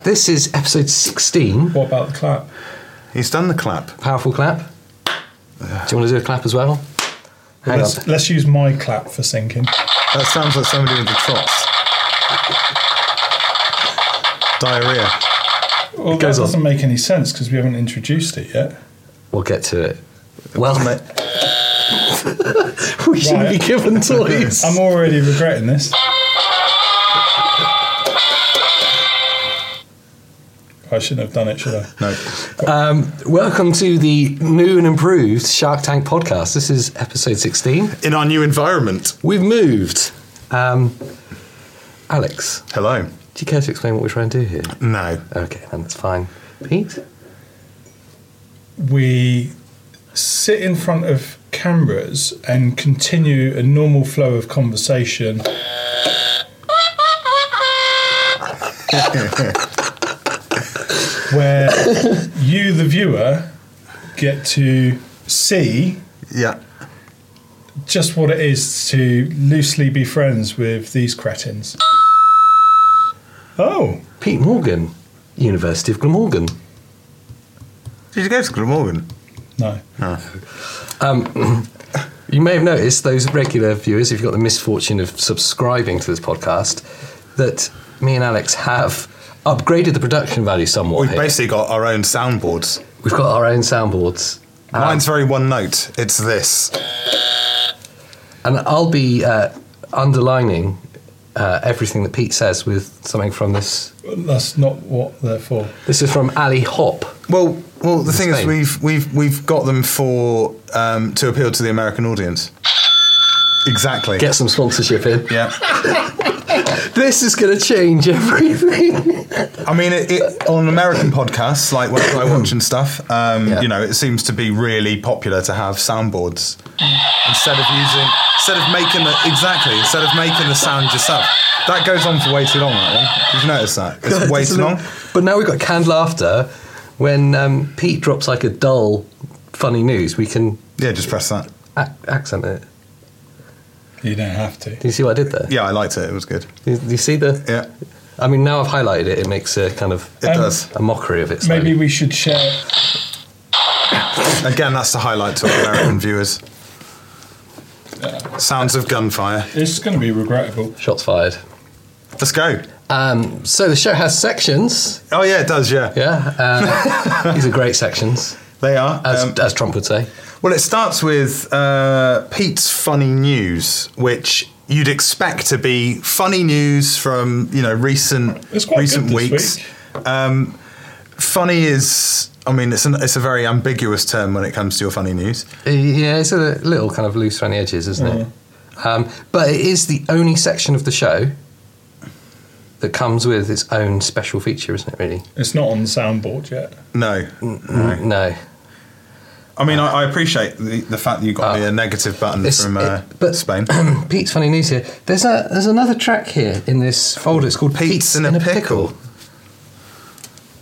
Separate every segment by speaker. Speaker 1: This is episode 16.
Speaker 2: What about the clap?
Speaker 3: He's done the clap.
Speaker 1: Powerful clap. Do you want to do a clap as well? Hang on.
Speaker 2: Let's, let's use my clap for syncing.
Speaker 3: That sounds like somebody with the trots. Diarrhea.
Speaker 2: Well, it
Speaker 1: goes
Speaker 2: that
Speaker 1: on.
Speaker 2: doesn't make any sense because we haven't introduced it yet.
Speaker 1: We'll get to it. Well,
Speaker 3: mate.
Speaker 1: we shouldn't
Speaker 2: Right.
Speaker 1: be given toys.
Speaker 2: I'm already regretting this. I shouldn't have done it, should I?
Speaker 3: No.
Speaker 1: Welcome to the new and improved Shark Tank podcast. This is episode 16.
Speaker 3: In our new environment.
Speaker 1: We've moved. Um, Alex,
Speaker 3: Hello.
Speaker 1: do you care to explain what we're trying to do here?
Speaker 3: No.
Speaker 1: Okay, then that's fine. Pete?
Speaker 2: We sit in front of cameras and continue a normal flow of conversation. where you, the viewer, get to see
Speaker 3: Yeah.
Speaker 2: just what it is to loosely be friends with these cretins. Oh,
Speaker 1: Pete Morgan, University of Glamorgan.
Speaker 3: Did you go to Oh. Glamorgan?
Speaker 2: no.
Speaker 1: You may have noticed, those regular viewers, if you've got the misfortune of subscribing to this podcast, that me and Alex have upgraded the production value somewhat.
Speaker 3: We've
Speaker 1: here.
Speaker 3: basically got our own soundboards.
Speaker 1: We've got our own soundboards. Um,
Speaker 3: Mine's very one note. It's this.
Speaker 1: and I'll be uh, underlining uh, everything that Pete says with something from this.
Speaker 2: That's not what they're for.
Speaker 1: This is from Ali Hop.
Speaker 3: Well, well, the
Speaker 1: It's
Speaker 3: thing is,
Speaker 1: Spain.
Speaker 3: we've we've we've got them for um, to appeal to the American audience. Exactly.
Speaker 1: Get some sponsorship in.
Speaker 3: yeah.
Speaker 1: This is going to change everything.
Speaker 3: I mean, it, it, on American podcasts like what I watch and stuff, um,
Speaker 1: Yeah.
Speaker 3: you know, it seems to be really popular to have soundboards instead of using, instead of making the exactly instead of making the sound yourself. That goes on for way too long. That one. Did you notice that? It's way too long.
Speaker 1: But now we've got canned laughter. When um, Pete drops like a dull, funny news, we can
Speaker 3: Yeah, just press that.
Speaker 1: ac- accent it.
Speaker 2: You don't have to.
Speaker 1: Do you see what I did there?
Speaker 3: Yeah, I liked it. It was good.
Speaker 1: Do you, do you see the?
Speaker 3: Yeah,
Speaker 1: I mean, now I've highlighted it. It makes a kind of
Speaker 3: it
Speaker 2: Um,
Speaker 3: does.
Speaker 1: a mockery of it. slightly.
Speaker 2: Maybe we should share.
Speaker 3: Again, that's the highlight to our American viewers. Sounds of gunfire.
Speaker 2: This is going to be regrettable.
Speaker 1: shots fired.
Speaker 3: Let's go.
Speaker 1: Um, so the show has sections.
Speaker 3: Oh yeah, it does. Yeah,
Speaker 1: Yeah, uh, these are great sections,
Speaker 3: they are.
Speaker 1: as,
Speaker 3: Um,
Speaker 1: as Trump would say.
Speaker 3: Well, it starts with uh, Pete's funny news, which you'd expect to be funny news from you know recent
Speaker 2: It's quite
Speaker 3: recent
Speaker 2: good this
Speaker 3: weeks.
Speaker 2: week.
Speaker 3: Um, funny is, I mean, it's an, it's a very ambiguous term when it comes to your funny news.
Speaker 1: Uh, Yeah, it's a little kind of loose around the edges, isn't it? Um, but it is the only section of the show that comes with its own special feature, isn't it? Really?
Speaker 2: It's not on the soundboard yet.
Speaker 3: No,
Speaker 1: No,
Speaker 3: I mean, I, I appreciate the, the fact that you got
Speaker 1: Ah.
Speaker 3: me a negative button
Speaker 1: It's-
Speaker 3: from uh,
Speaker 1: it- but-
Speaker 3: Spain.
Speaker 1: Pete's funny news here. There's a there's another track here in this folder. It's called
Speaker 3: Pete's in a Pickle.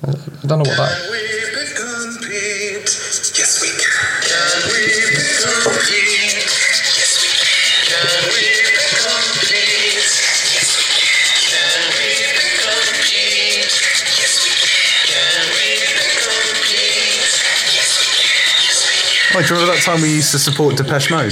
Speaker 1: I I don't know what that.
Speaker 4: we pick on Pete? Yes, we can. Can we pick on Pete? Yes, we can. Can we pick on Pete? Yes, we can. Can we pick on Pete? Yes, we can. Can we pick on Pete? Yes, we can. Yes, we can.
Speaker 3: Oh, do you remember that time we used to support Depeche Mode?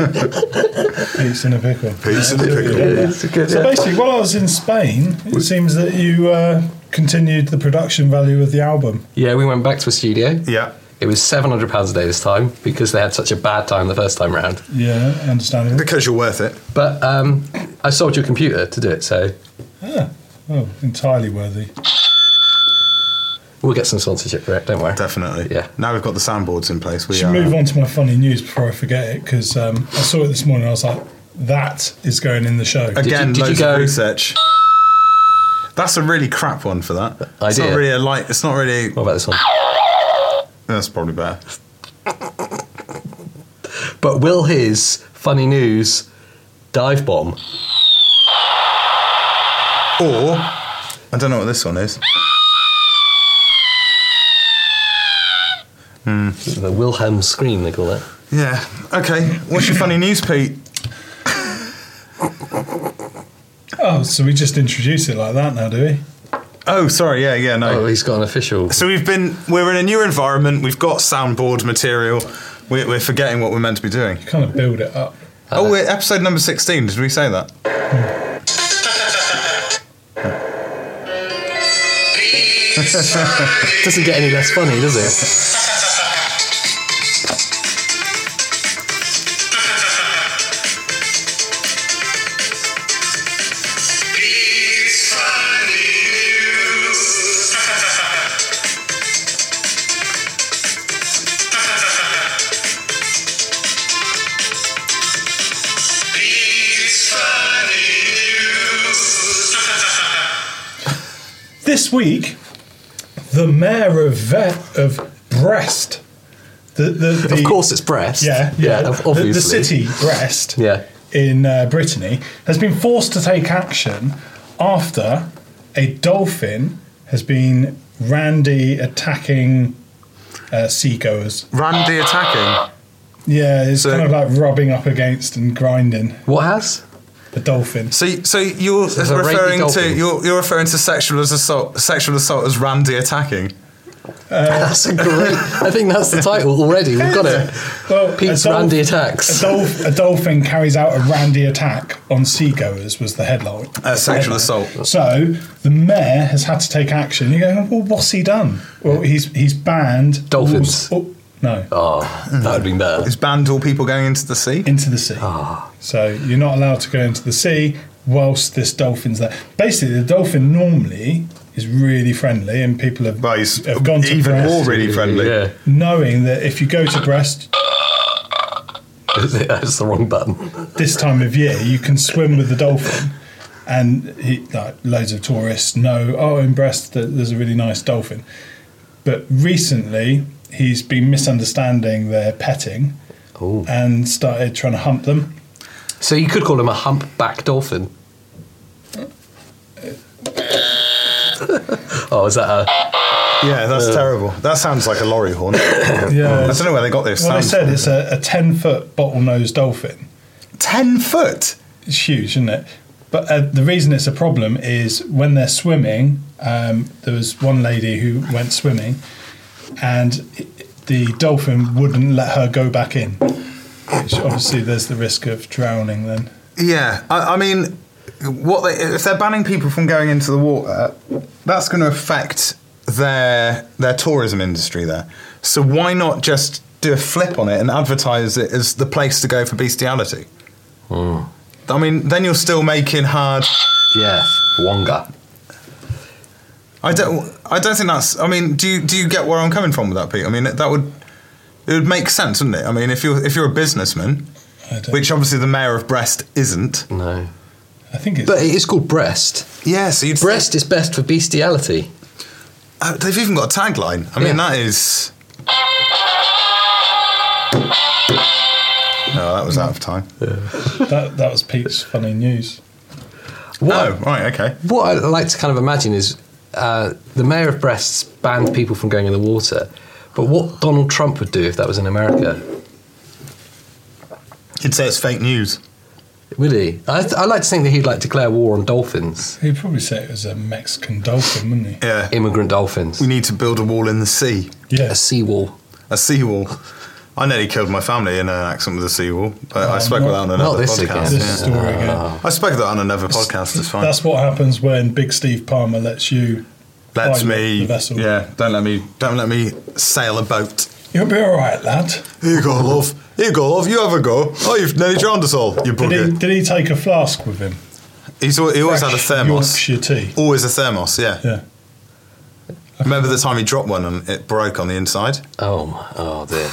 Speaker 4: In a pickle.
Speaker 2: Pete's in a pickle.
Speaker 3: Pete's in a pickle.
Speaker 1: It's a good.
Speaker 2: So basically, while I was in Spain, it seems that you uh, continued the production value of the album.
Speaker 1: Yeah, we went back to a studio.
Speaker 3: Yeah.
Speaker 1: It was seven hundred pounds a day this time because they had such a bad time the first time round.
Speaker 2: Yeah, understandable.
Speaker 3: Because you're worth it.
Speaker 1: But um, I sold your computer to do it, so
Speaker 2: Ah, oh, entirely worthy.
Speaker 1: we'll get some sponsorship for it. Don't worry.
Speaker 3: Definitely.
Speaker 1: Yeah.
Speaker 3: Now we've got the soundboards in place. We
Speaker 2: should
Speaker 3: are.
Speaker 2: move on to my funny news before I forget it because um, I saw it this morning. I was like, that is going in the show.
Speaker 1: you-
Speaker 3: Again,
Speaker 1: did you
Speaker 3: loads
Speaker 1: go-
Speaker 3: of research. That's a really crap one for that. It's
Speaker 1: Idea.
Speaker 3: not really a light. It's not really.
Speaker 1: What about this one?
Speaker 3: That's probably better.
Speaker 1: But will his funny news dive bomb?
Speaker 3: Or I don't know what this one is.
Speaker 1: The Wilhelm scream they call it.
Speaker 3: Yeah. Okay. What's your funny news, Pete?
Speaker 2: Oh, so we just introduce it like that now, do we?
Speaker 3: Oh, sorry. Yeah, yeah, no.
Speaker 1: Oh, he's got an official.
Speaker 3: So we've been, we're in a new environment. We've got soundboard material. We're, we're forgetting what we're meant to be doing.
Speaker 2: Kind of build it up.
Speaker 1: Uh,
Speaker 3: Oh, we're episode number 16. Did we say that?
Speaker 1: Doesn't get any less funny, does it?
Speaker 4: Beats funny news. Beats funny news.
Speaker 2: This week, the mayor of Vet of Brest. The, the, the,
Speaker 1: Of course, it's breast.
Speaker 2: Yeah,
Speaker 1: yeah,
Speaker 2: The-
Speaker 1: ob- obviously.
Speaker 2: The, city, Brest,
Speaker 1: Yeah.
Speaker 2: in uh, Brittany, has been forced to take action after a dolphin has been randy attacking uh, seagoers.
Speaker 3: Randy attacking.
Speaker 2: Yeah, it's
Speaker 3: So-
Speaker 2: kind of like rubbing up against and grinding
Speaker 1: What has?
Speaker 2: the dolphin.
Speaker 3: So, so you're
Speaker 1: a rapey
Speaker 3: referring to
Speaker 1: dolphin.
Speaker 3: you're, you're referring to sexual as assault sexual assault as Randy attacking.
Speaker 2: Uh,
Speaker 1: that's a great. I think that's the title already. We've got it.
Speaker 2: Well,
Speaker 1: Pete's
Speaker 2: a dolph-
Speaker 1: Randy
Speaker 2: A,
Speaker 1: attacks.
Speaker 2: dolph- a dolphin carries out a randy attack on seagoers was the headline.
Speaker 3: Uh, sexual
Speaker 2: Headline.
Speaker 3: assault.
Speaker 2: So the mayor has had to take action. You go, well, what's he done? Well, he's he's banned
Speaker 1: Dolphins.
Speaker 2: all- oh, no,
Speaker 1: Oh, that would have been better.
Speaker 3: Is banned all people going into the sea?
Speaker 2: into the sea.
Speaker 3: Ah.
Speaker 2: So you're not allowed to go into the sea whilst this dolphin's there. Basically, the dolphin normally is really friendly, and people have,
Speaker 3: Well, he's
Speaker 2: have gone to
Speaker 3: even
Speaker 2: Brest
Speaker 3: more really friendly.
Speaker 1: Yeah,
Speaker 2: knowing that if you go to Brest
Speaker 1: that's the wrong button.
Speaker 2: this time of year, you can swim with the dolphin. And he, like, loads of tourists know, oh, in Brest, th- there's a really nice dolphin. But recently, he's been misunderstanding their petting
Speaker 1: Ooh.
Speaker 2: and started trying to hump them.
Speaker 1: So you could call him a humpback dolphin. oh, is that a?
Speaker 3: Yeah, that's terrible. That sounds like a lorry horn. I
Speaker 2: Yeah.
Speaker 3: don't know where they got this.
Speaker 2: Well, they
Speaker 3: sound
Speaker 2: said
Speaker 3: from.
Speaker 2: it's a, a 10 foot bottlenose dolphin.
Speaker 3: ten foot.
Speaker 2: It's huge, isn't it? But uh, the reason it's a problem is when they're swimming, um, there was one lady who went swimming and i- the dolphin wouldn't let her go back in. Which obviously, there's the risk of drowning then.
Speaker 3: Yeah, I, I mean, what they, if they're banning people from going into the water? That's going to affect their their tourism industry there. So why not just do a flip on it and advertise it as the place to go for bestiality?
Speaker 1: Hmm.
Speaker 3: I mean, then you're still making hard.
Speaker 1: Yeah, wonga.
Speaker 3: I don't. I don't think that's. I mean, do you do you get where I'm coming from with that, Pete? I mean, that would it would make sense, wouldn't it? I mean, if you're if you're a businessman,
Speaker 2: I don't-
Speaker 3: which obviously the mayor of Brest isn't.
Speaker 1: No,
Speaker 2: I think it's.
Speaker 1: but it is called breast.
Speaker 3: Yeah, so you'd
Speaker 1: Breast is best for bestiality.
Speaker 3: Uh, they've even got a tagline. I mean,
Speaker 1: Yeah.
Speaker 3: that is. No, that was out of time.
Speaker 2: that, that was Pete's funny news.
Speaker 1: What
Speaker 3: Oh, right, okay.
Speaker 1: What I like to kind of imagine is uh, the mayor of Brest's banned people from going in the water, but what Donald Trump would do if that was in America?
Speaker 3: He'd say it's fake news.
Speaker 1: Would he? I, th- I like to think that he'd like declare war on dolphins,
Speaker 2: He'd probably say it was a Mexican dolphin, wouldn't he?
Speaker 3: Yeah.
Speaker 1: immigrant dolphins,
Speaker 3: We need to build a wall in the sea,
Speaker 1: a
Speaker 2: Yes.
Speaker 1: seawall.
Speaker 3: a seawall. I nearly killed my family in an accident with a seawall. I, I
Speaker 2: Oh,
Speaker 3: spoke
Speaker 2: not-
Speaker 3: about that on
Speaker 1: Not
Speaker 3: another
Speaker 1: this
Speaker 3: podcast.
Speaker 1: again.
Speaker 2: This
Speaker 3: yeah.
Speaker 2: story again.
Speaker 3: I spoke that on another Uh, podcast. It's fine.
Speaker 2: That's what happens when Big Steve Palmer lets you.
Speaker 3: Let's
Speaker 2: pilot
Speaker 3: me.
Speaker 2: The vessel.
Speaker 3: Yeah. Don't let me. Don't let me sail a boat.
Speaker 2: You'll be all right, lad.
Speaker 3: Here you go, love. Here you go, love. You have a go. Oh, you've nearly drowned us all. You
Speaker 2: Did he,
Speaker 3: bugger.
Speaker 2: did he take a flask with him?
Speaker 3: He's, al- he always had a
Speaker 2: Fresh
Speaker 3: thermos.
Speaker 2: Yorkshire tea.
Speaker 3: Always a thermos, yeah.
Speaker 2: Yeah.
Speaker 3: Remember the time he dropped one and it broke on the inside?
Speaker 1: Oh, my- oh dear.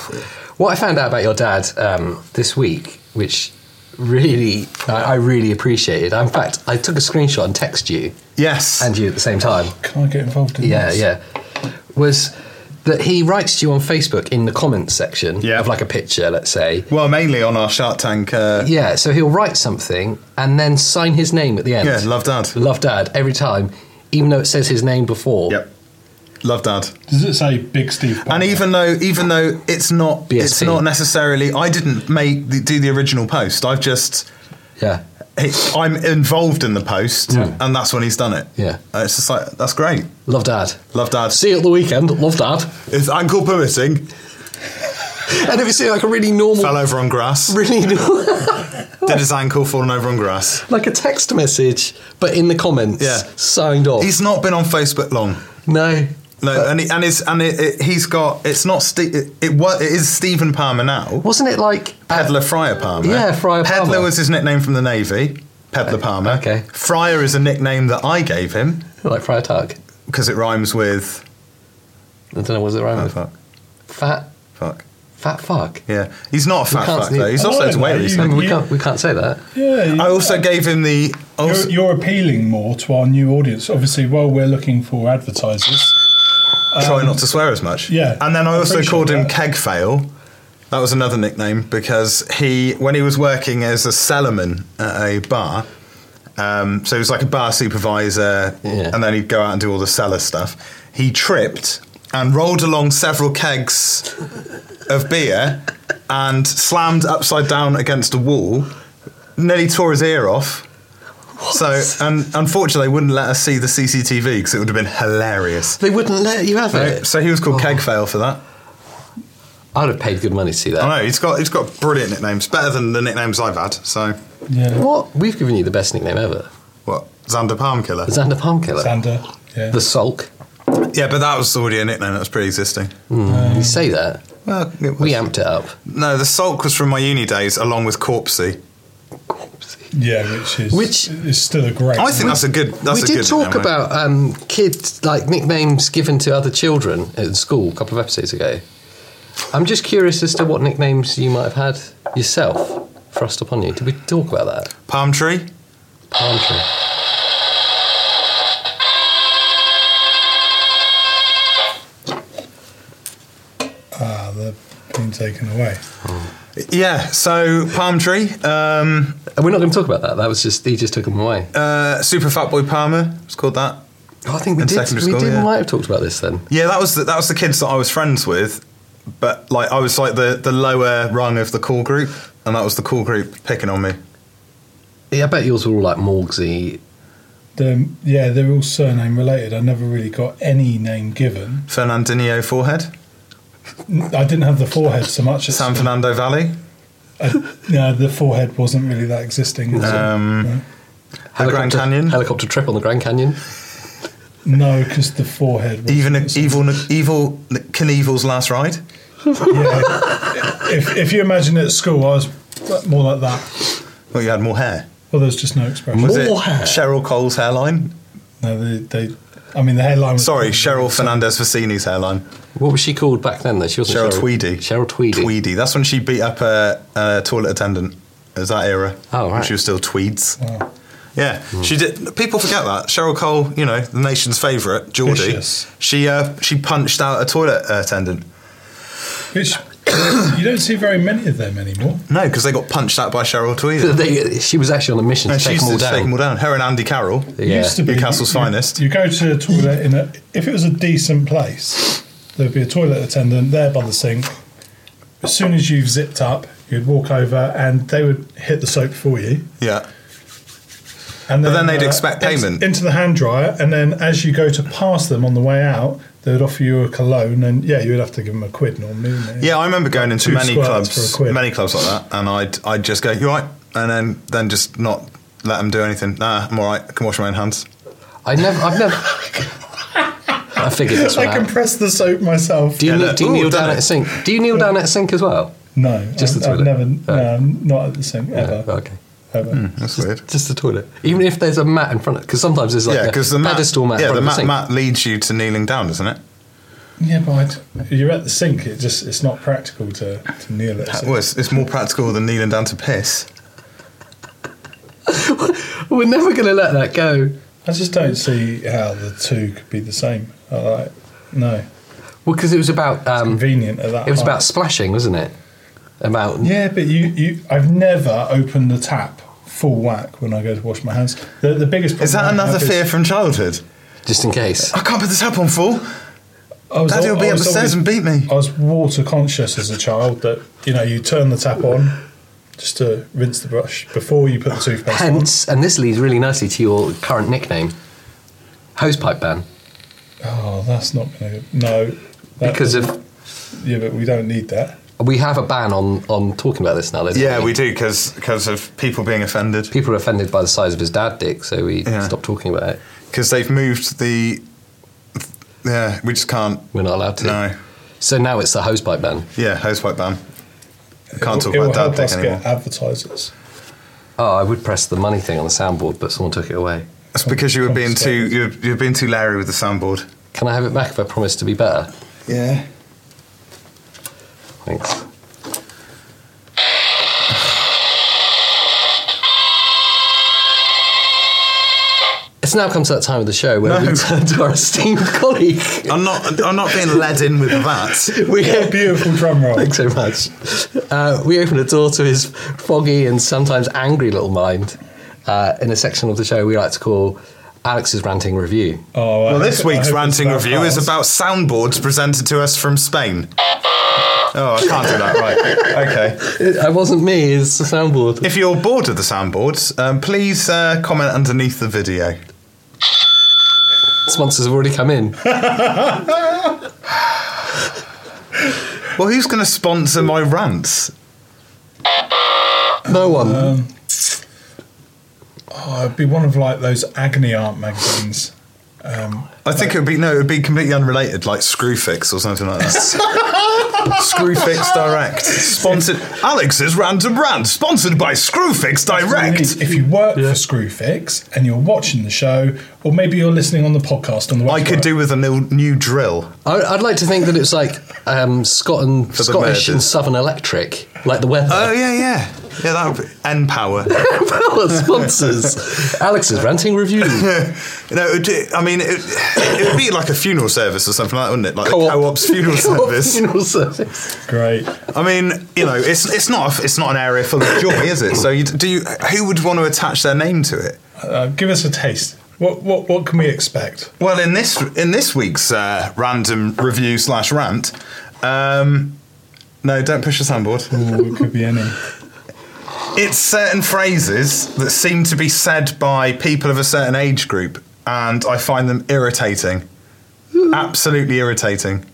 Speaker 1: What I found out about your dad um, this week, which really, I, I really appreciated. In fact, I took a screenshot and texted you
Speaker 3: Yes.
Speaker 1: and you at the same time.
Speaker 2: Can I get involved in
Speaker 1: Yeah,
Speaker 2: this?
Speaker 1: yeah. Was that he writes to you on Facebook in the comments section
Speaker 3: Yeah.
Speaker 1: of like a picture, let's say.
Speaker 3: well, mainly on our Shark Tank. Uh, yeah.
Speaker 1: Yeah, so he'll write something and then sign his name at the end.
Speaker 3: Love Dad.
Speaker 1: Love Dad every time, even though it says his name before.
Speaker 3: Yep. Love Dad.
Speaker 2: Does it say Big Steve? Palmer?
Speaker 3: And even though, even though it's not, it's
Speaker 1: BSP.
Speaker 3: not necessarily. I didn't make the, do the original post. I've just
Speaker 1: Yeah.
Speaker 3: he- I'm involved in the post,
Speaker 1: Yeah.
Speaker 3: and that's when he's done it.
Speaker 1: Yeah.
Speaker 3: And it's just like that's great.
Speaker 1: Love Dad.
Speaker 3: Love dad.
Speaker 1: See you at the weekend. Love Dad.
Speaker 3: It's ankle permitting.
Speaker 1: And if you see like a really normal,
Speaker 3: Fell over on grass.
Speaker 1: really normal,
Speaker 3: Did his ankle falling over on grass?
Speaker 1: like a text message, but in the comments,
Speaker 3: Yeah.
Speaker 1: signed off.
Speaker 3: He's not been on Facebook long.
Speaker 1: no.
Speaker 3: No,
Speaker 1: Uh,
Speaker 3: and he, and it's and it, it, he's got it's not Ste- it, it wa- it is Stephen Palmer now.
Speaker 1: Wasn't it like
Speaker 3: Peddler Fryer Palmer.
Speaker 1: Uh, Yeah, Fryer Palmer. Uh,
Speaker 3: Peddler was his nickname from the Navy. Peddler Palmer.
Speaker 1: okay.
Speaker 3: Fryer is a nickname that I gave him
Speaker 1: like Friar Tuck?
Speaker 3: because it rhymes with
Speaker 1: I don't know. Was it right?
Speaker 3: oh,
Speaker 1: with
Speaker 3: fuck,
Speaker 1: fat,
Speaker 3: fuck.
Speaker 1: fat fuck.
Speaker 3: Yeah, he's not a fat
Speaker 1: can't
Speaker 3: fuck
Speaker 1: see-
Speaker 3: though. He's
Speaker 2: Oh,
Speaker 3: also to
Speaker 2: no,
Speaker 3: weight
Speaker 2: you-
Speaker 3: recently.
Speaker 1: Remember, we can't we can't say that.
Speaker 2: Yeah, you-
Speaker 3: I also gave him the. Also,
Speaker 2: you're, you're appealing more to our new audience. Obviously, while we're looking for advertisers, um,
Speaker 3: try not to swear as much.
Speaker 2: yeah,
Speaker 3: And then I
Speaker 2: I'm
Speaker 3: also
Speaker 2: pretty
Speaker 3: called
Speaker 2: sure
Speaker 3: him
Speaker 2: that-
Speaker 3: Keg Fail. That was another nickname because he, when he was working as a cellarman at a bar, um, so he was like a bar supervisor,
Speaker 1: Yeah.
Speaker 3: and then he'd go out and do all the cellar stuff. He tripped and rolled along several kegs of beer and slammed upside down against a wall, nearly tore his ear off. So, and unfortunately, they wouldn't let us see the CCTV because it would have been hilarious.
Speaker 1: They wouldn't let you have
Speaker 3: So,
Speaker 1: it.
Speaker 3: so he was
Speaker 1: Oh.
Speaker 3: called Keg Fail for that.
Speaker 1: I'd have paid good money to see that.
Speaker 3: I know he's got he's got brilliant nicknames, better than the nicknames I've had. So
Speaker 2: yeah,
Speaker 1: What? We've given you the best nickname ever.
Speaker 3: what? Xander Palm Killer.
Speaker 1: Xander Palm Killer.
Speaker 2: Sander. Yeah,
Speaker 1: The Sulk.
Speaker 3: Yeah, but that was already a nickname that was pre-existing.
Speaker 1: Mm.
Speaker 3: Uh,
Speaker 1: you say that.
Speaker 3: Well, it was-
Speaker 1: We amped it up.
Speaker 3: no, the Sulk was from my uni days, along with Corpsey.
Speaker 2: yeah, which is
Speaker 1: Which-
Speaker 2: is still a great.
Speaker 3: I think that's a good. That's
Speaker 1: we
Speaker 3: a
Speaker 1: did
Speaker 3: good
Speaker 1: talk
Speaker 3: nickname,
Speaker 1: about um, kids like nicknames given to other children at school a couple of episodes ago. I'm just curious as to what nicknames you might have had yourself thrust upon you. Did we talk about that?
Speaker 3: right? Palm Tree.
Speaker 1: Palm tree.
Speaker 2: ah, the being taken away.
Speaker 3: Yeah, so Palm Tree. Um,
Speaker 1: And we're not going to talk about that. That was just he just took them away.
Speaker 3: uh, Super Fat Boy Palmer. It's called that.
Speaker 1: Oh, I think we
Speaker 3: in
Speaker 1: did.
Speaker 3: secondary
Speaker 1: We
Speaker 3: school,
Speaker 1: did.
Speaker 3: yeah.
Speaker 1: Might have talked about this then.
Speaker 3: Yeah, that was the, that was the kids that I was friends with, but like I was like the the lower rung of the cool group, and that was the cool group picking on me.
Speaker 1: Yeah, I bet yours were all like Morgsy.
Speaker 2: The, yeah, they're all surname related. I never really got any name given.
Speaker 3: Fernandinho forehead.
Speaker 2: I didn't have the forehead so much. at
Speaker 3: San
Speaker 2: school.
Speaker 3: Fernando Valley.
Speaker 2: I- no, the forehead wasn't really that existing. was it?
Speaker 3: Um, The Grand
Speaker 1: helicopter-
Speaker 3: Canyon.
Speaker 1: Helicopter trip on the Grand Canyon.
Speaker 2: no, because the forehead. wasn't-
Speaker 3: Even evil, evil Knievel's last ride.
Speaker 2: Yeah. if, if you imagine it at school, I was more like that.
Speaker 3: Well, you had more hair.
Speaker 2: Well, there's just no expression.
Speaker 3: Was
Speaker 1: More
Speaker 3: it
Speaker 1: hair.
Speaker 3: Cheryl Cole's hairline?
Speaker 2: No, they, they. I mean, the headline. Was
Speaker 3: Sorry, Cheryl Fernandez Vicini's hairline.
Speaker 1: What was she called back then? Though she wasn't
Speaker 3: Cheryl Tweedy.
Speaker 1: Cheryl Tweedy.
Speaker 3: Tweedy. That's when she beat up a, a toilet attendant. It was that era.
Speaker 1: Oh,
Speaker 3: When
Speaker 1: right.
Speaker 3: She was still tweeds.
Speaker 2: Wow.
Speaker 3: Yeah, she did. People forget that Cheryl Cole, you know, the nation's favourite, Geordie.
Speaker 2: Vicious.
Speaker 3: She uh, she punched out a toilet attendant.
Speaker 2: Which you don't see very many of them anymore.
Speaker 3: No, because they got punched out by Cheryl Tweedy.
Speaker 1: They, she was actually on a mission
Speaker 3: and
Speaker 1: to
Speaker 3: she
Speaker 1: take
Speaker 3: used
Speaker 1: them all
Speaker 3: to take
Speaker 1: down.
Speaker 3: them all down. Her and Andy Carroll.
Speaker 1: Yeah.
Speaker 2: Used to be
Speaker 3: Newcastle's
Speaker 2: you-
Speaker 3: finest.
Speaker 2: You go to a toilet in a. If it was a decent place, there'd be a toilet attendant there by the sink. As soon as you've zipped up, you'd walk over and they would hit the soap for you.
Speaker 3: Yeah.
Speaker 2: And
Speaker 3: But then they'd expect
Speaker 2: int-
Speaker 3: payment.
Speaker 2: into the hand dryer, and then as you go to pass them on the way out, they would offer you a cologne, and yeah, you would have to give them a quid normally. wouldn't you?
Speaker 3: Yeah, I remember going into
Speaker 2: two
Speaker 3: many
Speaker 2: squirts
Speaker 3: clubs,
Speaker 2: for a quid.
Speaker 3: many clubs like that, and I'd I'd just go, "You all right?" and then then just not let them do anything. Nah, I'm all right. I can wash my own hands.
Speaker 1: I never. I've never. I figured this
Speaker 2: I
Speaker 1: one
Speaker 2: can
Speaker 1: out.
Speaker 2: press the soap myself.
Speaker 1: Do you,
Speaker 3: Yeah,
Speaker 1: kneel-
Speaker 3: look,
Speaker 1: do you
Speaker 3: ooh,
Speaker 1: kneel
Speaker 3: done
Speaker 1: down
Speaker 3: it.
Speaker 1: at a sink? Do you kneel down at a sink as well?
Speaker 2: No,
Speaker 1: Just the
Speaker 2: I've, I've
Speaker 1: toilet.
Speaker 2: never,
Speaker 1: Oh.
Speaker 2: no, not at the sink ever.
Speaker 1: No, okay.
Speaker 2: ever.
Speaker 1: Hmm.
Speaker 3: That's weird.
Speaker 1: Just the toilet. Even if there's a mat in front of because sometimes there's like
Speaker 3: Yeah,
Speaker 1: a
Speaker 3: because the mat,
Speaker 1: pedestal mat
Speaker 3: yeah,
Speaker 1: in
Speaker 3: the
Speaker 1: front of the
Speaker 3: mat,
Speaker 1: sink.
Speaker 3: mat leads you to kneeling down, doesn't it?
Speaker 2: Yeah, but I'd- you're at the sink. It just it's not practical to, to kneel at. a sink.
Speaker 3: Well, it's, it's more practical than kneeling down to piss.
Speaker 1: We're never going to let that go.
Speaker 2: I just don't see how the two could be the same. I Like, no,
Speaker 1: Well, because it was about um,
Speaker 2: convenient at that.
Speaker 1: it was about
Speaker 2: height.
Speaker 1: splashing, wasn't it? About
Speaker 2: Yeah, but you, you I've never opened the tap full whack when I go to wash my hands. The, the biggest problem
Speaker 3: Is that
Speaker 2: I
Speaker 3: another
Speaker 2: have is-
Speaker 3: fear from childhood?
Speaker 1: just in case.
Speaker 3: I can't put the tap on full.
Speaker 2: I was
Speaker 3: Daddy
Speaker 2: al-
Speaker 3: will be
Speaker 2: I
Speaker 3: up
Speaker 2: was
Speaker 3: the
Speaker 2: always-
Speaker 3: stairs and beat me.
Speaker 2: I was water conscious as a child that you know you turn the tap on, just to rinse the brush before you put the toothpaste on.
Speaker 1: Hence, and this leads really nicely to your current nickname, hosepipe ban,
Speaker 2: Oh, that's not going to. No. That-
Speaker 1: because of
Speaker 2: Yeah, but we don't need that.
Speaker 1: we have a ban on on talking about this now. don't
Speaker 3: Yeah, we do because of people being offended
Speaker 1: People are offended by the size of his dad dick, so we
Speaker 3: Yeah.
Speaker 1: stop talking about it.
Speaker 3: because they've moved the. Yeah, we just can't.
Speaker 1: We're not allowed to.
Speaker 3: No.
Speaker 1: So now it's the hosepipe ban.
Speaker 3: Yeah, hosepipe ban. We can't talk
Speaker 2: it will
Speaker 3: about dad
Speaker 2: help
Speaker 3: dick
Speaker 2: us
Speaker 3: anymore.
Speaker 2: get advertisers.
Speaker 1: Oh, I would press the money thing on the soundboard, but someone took it away.
Speaker 3: That's because you were being too you were, you were being too leery with the soundboard.
Speaker 1: Can I have it back if I promise to be better?
Speaker 3: Yeah.
Speaker 1: Thanks. It's now come to that time of the show where
Speaker 3: No.
Speaker 1: we turn to our esteemed colleague.
Speaker 3: I'm not. I'm not being led in with that.
Speaker 1: We
Speaker 2: Beautiful drum roll.
Speaker 1: Thanks so much. Uh, we open the door to his foggy and sometimes angry little mind uh, in a section of the show we like to call Alex's Ranting Review.
Speaker 2: Oh,
Speaker 3: Well, this week's ranting review is about soundboards presented to us from Spain. Oh, I can't do that. Right. Okay.
Speaker 1: It wasn't me, it's the soundboard.
Speaker 3: If you're bored of the soundboards, um, please uh, comment underneath the video.
Speaker 1: Sponsors have already come in.
Speaker 3: Well, who's going to sponsor my rants?
Speaker 1: No one.
Speaker 2: Oh, it'd be one of like those agony art magazines.
Speaker 3: I think it would be no, it would be completely unrelated, like Screwfix or something like that. Screwfix Direct, sponsored. Alex's random rant, sponsored by Screwfix Direct.
Speaker 2: If you work for Screwfix and you're watching the show, or maybe you're listening on the podcast on the
Speaker 3: I
Speaker 2: website,
Speaker 3: could do with a new, new drill.
Speaker 1: I, I'd like to think that it's like um, Scott and,
Speaker 3: the
Speaker 1: Scottish and
Speaker 3: mergers.
Speaker 1: Southern Electric, like the weather.
Speaker 3: Oh yeah, yeah, yeah. That would be N power. no,
Speaker 1: Our sponsors. Alex's ranting review.
Speaker 3: it would do- I mean, it, it would be like a funeral service or something like that, wouldn't it? Like
Speaker 1: Co-op.
Speaker 3: a co-op's funeral
Speaker 1: Co-op
Speaker 3: service.
Speaker 1: funeral service.
Speaker 2: Great.
Speaker 3: I mean, you know, it's it's not a, it's not an area full of joy, is it? So you, do you, who would want to attach their name to it?
Speaker 2: Uh, give us a taste. What what what can we expect?
Speaker 3: Well, in this in this week's uh, random review slash rant, um, no, don't push the soundboard.
Speaker 2: Ooh, it could be any.
Speaker 3: It's certain phrases that seem to be said by people of a certain age group, and I find them irritating. Absolutely irritating.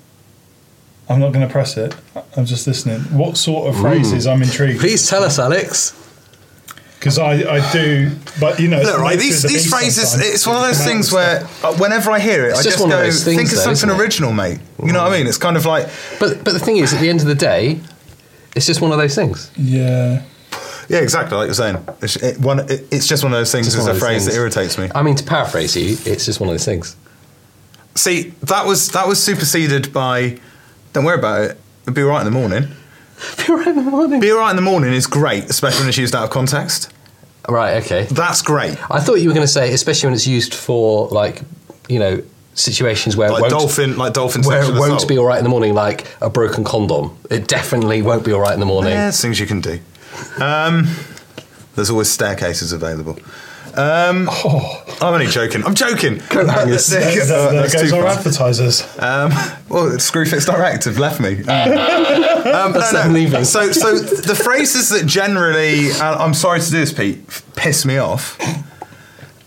Speaker 2: I'm not going to press it. I'm just listening. What sort of phrases? I'm intrigued
Speaker 1: Please tell us, Alex.
Speaker 2: because I, I do, but you know, it's
Speaker 3: Look,
Speaker 2: the
Speaker 3: right,
Speaker 2: nature
Speaker 3: these,
Speaker 2: of the
Speaker 3: these
Speaker 2: beast
Speaker 3: phrases,
Speaker 2: sometimes.
Speaker 3: it's one of
Speaker 2: You
Speaker 3: those
Speaker 2: come out
Speaker 3: things
Speaker 2: with
Speaker 3: where uh, whenever I hear it, I
Speaker 1: just
Speaker 3: just,
Speaker 1: one of
Speaker 3: go,
Speaker 1: those things,
Speaker 3: think of
Speaker 1: though, isn't
Speaker 3: something
Speaker 1: it?
Speaker 3: original, mate. You know what I mean? It's kind of like,
Speaker 1: But but the thing is, at the end of the day, it's just one of those things.
Speaker 2: stuff. Yeah.
Speaker 3: yeah, exactly, like you're saying. It's, it, one, it, it's just one of those things,
Speaker 1: Just
Speaker 3: it's
Speaker 1: one
Speaker 3: a
Speaker 1: of those
Speaker 3: phrase
Speaker 1: things.
Speaker 3: that irritates me.
Speaker 1: I mean, to paraphrase you, it's just one of those things.
Speaker 3: See, that was that was superseded by. Don't worry about it. It'll be all right in the morning.
Speaker 1: Be right in the morning.
Speaker 3: Be all right in the morning is great, especially when it's used out of context.
Speaker 1: Right. Okay.
Speaker 3: That's great.
Speaker 1: I thought you were going to say, especially when it's used for like, you know, situations where it
Speaker 3: Like
Speaker 1: won't,
Speaker 3: dolphin, like dolphin
Speaker 1: where it
Speaker 3: sexual
Speaker 1: won't
Speaker 3: assault.
Speaker 1: be all right in the morning, like a broken condom. It definitely won't be all right in the morning.
Speaker 3: Yeah, there's things you can do. Um, there's always staircases available. Um,
Speaker 2: Oh,
Speaker 3: I'm only joking. I'm joking.
Speaker 1: hangers.
Speaker 3: There
Speaker 2: there, there-
Speaker 3: you go.
Speaker 2: there
Speaker 3: That's too
Speaker 2: goes our
Speaker 3: far.
Speaker 2: advertisers.
Speaker 3: Um, well, it's Screwfix Direct have left me. Um,
Speaker 1: That's them leaving.
Speaker 3: So, so the phrases that generally, uh, I'm sorry to do this, Pete, f- piss me off.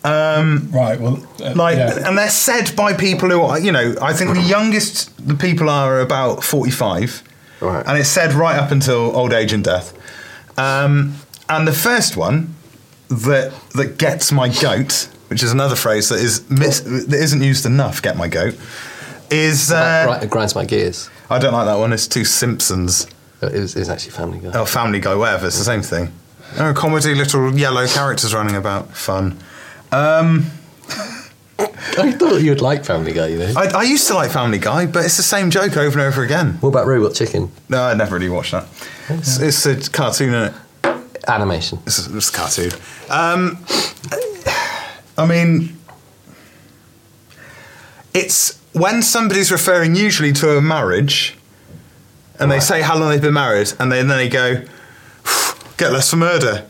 Speaker 2: Right. Well, uh,
Speaker 3: Like, um,
Speaker 2: yeah.
Speaker 3: and they're said by people who are, you know, I think the youngest the people are about 45.
Speaker 1: Right.
Speaker 3: And it's said right up until old age and death. Um, and the first one that that gets my goat, which is another phrase that is mis- that isn't used enough, get my goat, is uh,
Speaker 1: That gri- it grinds my gears.
Speaker 3: I don't like that one. It's two Simpsons.
Speaker 1: It was, it was actually Family Guy.
Speaker 3: Oh, Family Guy, whatever. It's the same thing. Oh, comedy, little yellow characters running about. Fun.
Speaker 1: I thought you would like Family Guy, you know.
Speaker 3: I, I used to like Family Guy, but it's the same joke over and over again.
Speaker 1: What about Robot Chicken?
Speaker 3: No, I never really watched that. It's, it's a cartoon, is
Speaker 1: Animation.
Speaker 3: It's, a- it's a cartoon. Um, I mean, it's when somebody's referring usually to a marriage, and they say how long they've been married, and then, then they go, "Phew, "Get less for murder."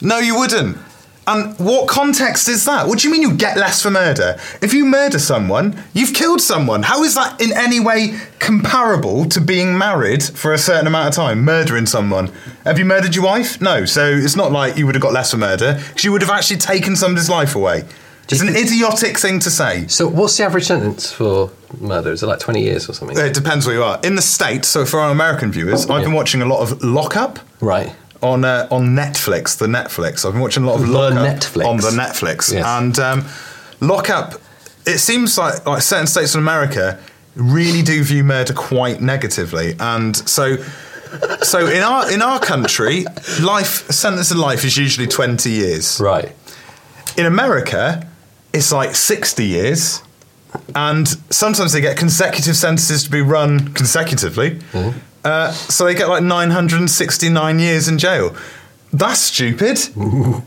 Speaker 3: No, you wouldn't. And what context is that? What do you mean you get less for murder? If you murder someone, you've killed someone. How is that in any way comparable to being married for a certain amount of time? Murdering someone. Have you murdered your wife? No. So it's not like you would have got less for murder because you would have actually taken somebody's life away. It's an idiotic thing to say.
Speaker 1: So, what's the average sentence for murder? Is it like 20 years or something?
Speaker 3: It depends where you are. In the States, so for our American viewers, I've been
Speaker 1: Yeah.
Speaker 3: watching a lot of Lockup
Speaker 1: Right.
Speaker 3: on uh, on Netflix. The Netflix. I've been watching a lot of
Speaker 1: The
Speaker 3: Lockup
Speaker 1: Netflix.
Speaker 3: on the Netflix.
Speaker 1: Yes.
Speaker 3: And um, Lockup. It seems like like certain states in America really do view murder quite negatively, and so. So in our in our country, life sentence of life is usually twenty years.
Speaker 1: Right.
Speaker 3: In America, it's like sixty years, and sometimes they get consecutive sentences to be run consecutively. Uh, so they get like nine hundred and sixty nine years in jail. That's stupid.
Speaker 1: Th-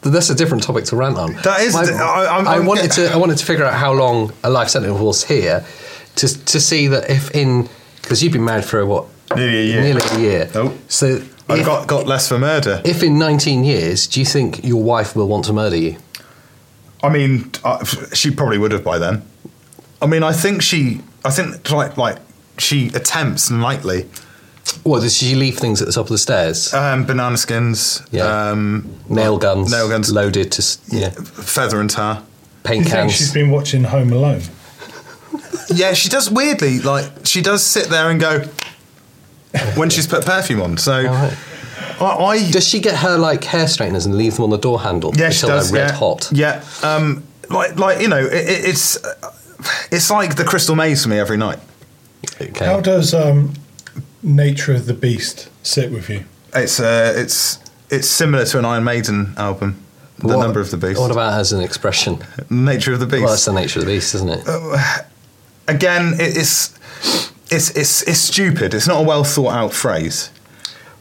Speaker 1: That's a different topic to rant on.
Speaker 3: That is-
Speaker 1: My-
Speaker 3: I- I'm- I'm
Speaker 1: wanted
Speaker 3: get-
Speaker 1: to. I wanted to figure out how long a life sentence was here, to to see that if in because you've been married for what
Speaker 3: Nearly a year.
Speaker 1: nearly a year.
Speaker 3: Oh.
Speaker 1: So
Speaker 3: I've
Speaker 1: if,
Speaker 3: got, got less for murder.
Speaker 1: if in 19 years, do you think your wife will want to murder you?
Speaker 3: I mean, I- she probably would have by then. I mean, I think she. I think like like she attempts nightly.
Speaker 1: Or does she leave things at the top of the stairs?
Speaker 3: Um, banana skins.
Speaker 1: Yeah.
Speaker 3: Um,
Speaker 1: nail guns.
Speaker 3: nail guns.
Speaker 1: loaded to s- yeah,
Speaker 3: Feather and tar.
Speaker 1: paint
Speaker 2: You think
Speaker 1: cans.
Speaker 2: she's been watching Home Alone?
Speaker 3: Yeah, she does weirdly. Like she does sit there and go when she's put perfume on. So
Speaker 1: All right.
Speaker 3: I, I
Speaker 1: Does she get her like hair straighteners and leave them on the door handle
Speaker 3: yeah, she
Speaker 1: until
Speaker 3: does.
Speaker 1: they're red
Speaker 3: yeah.
Speaker 1: hot?
Speaker 3: Yeah. Um, like like you know, it, it, it's it's like the crystal maze for me every night.
Speaker 1: Okay.
Speaker 2: How does um, Nature of the Beast sit with you?
Speaker 3: It's uh, it's it's similar to an Iron Maiden album. The
Speaker 1: What-
Speaker 3: number of the beast.
Speaker 1: What about as an expression?
Speaker 3: Nature of the beast.
Speaker 1: Well, that's the nature of the beast, isn't it?
Speaker 3: Again, it- it's it's it's it's stupid. It's not a well thought out phrase.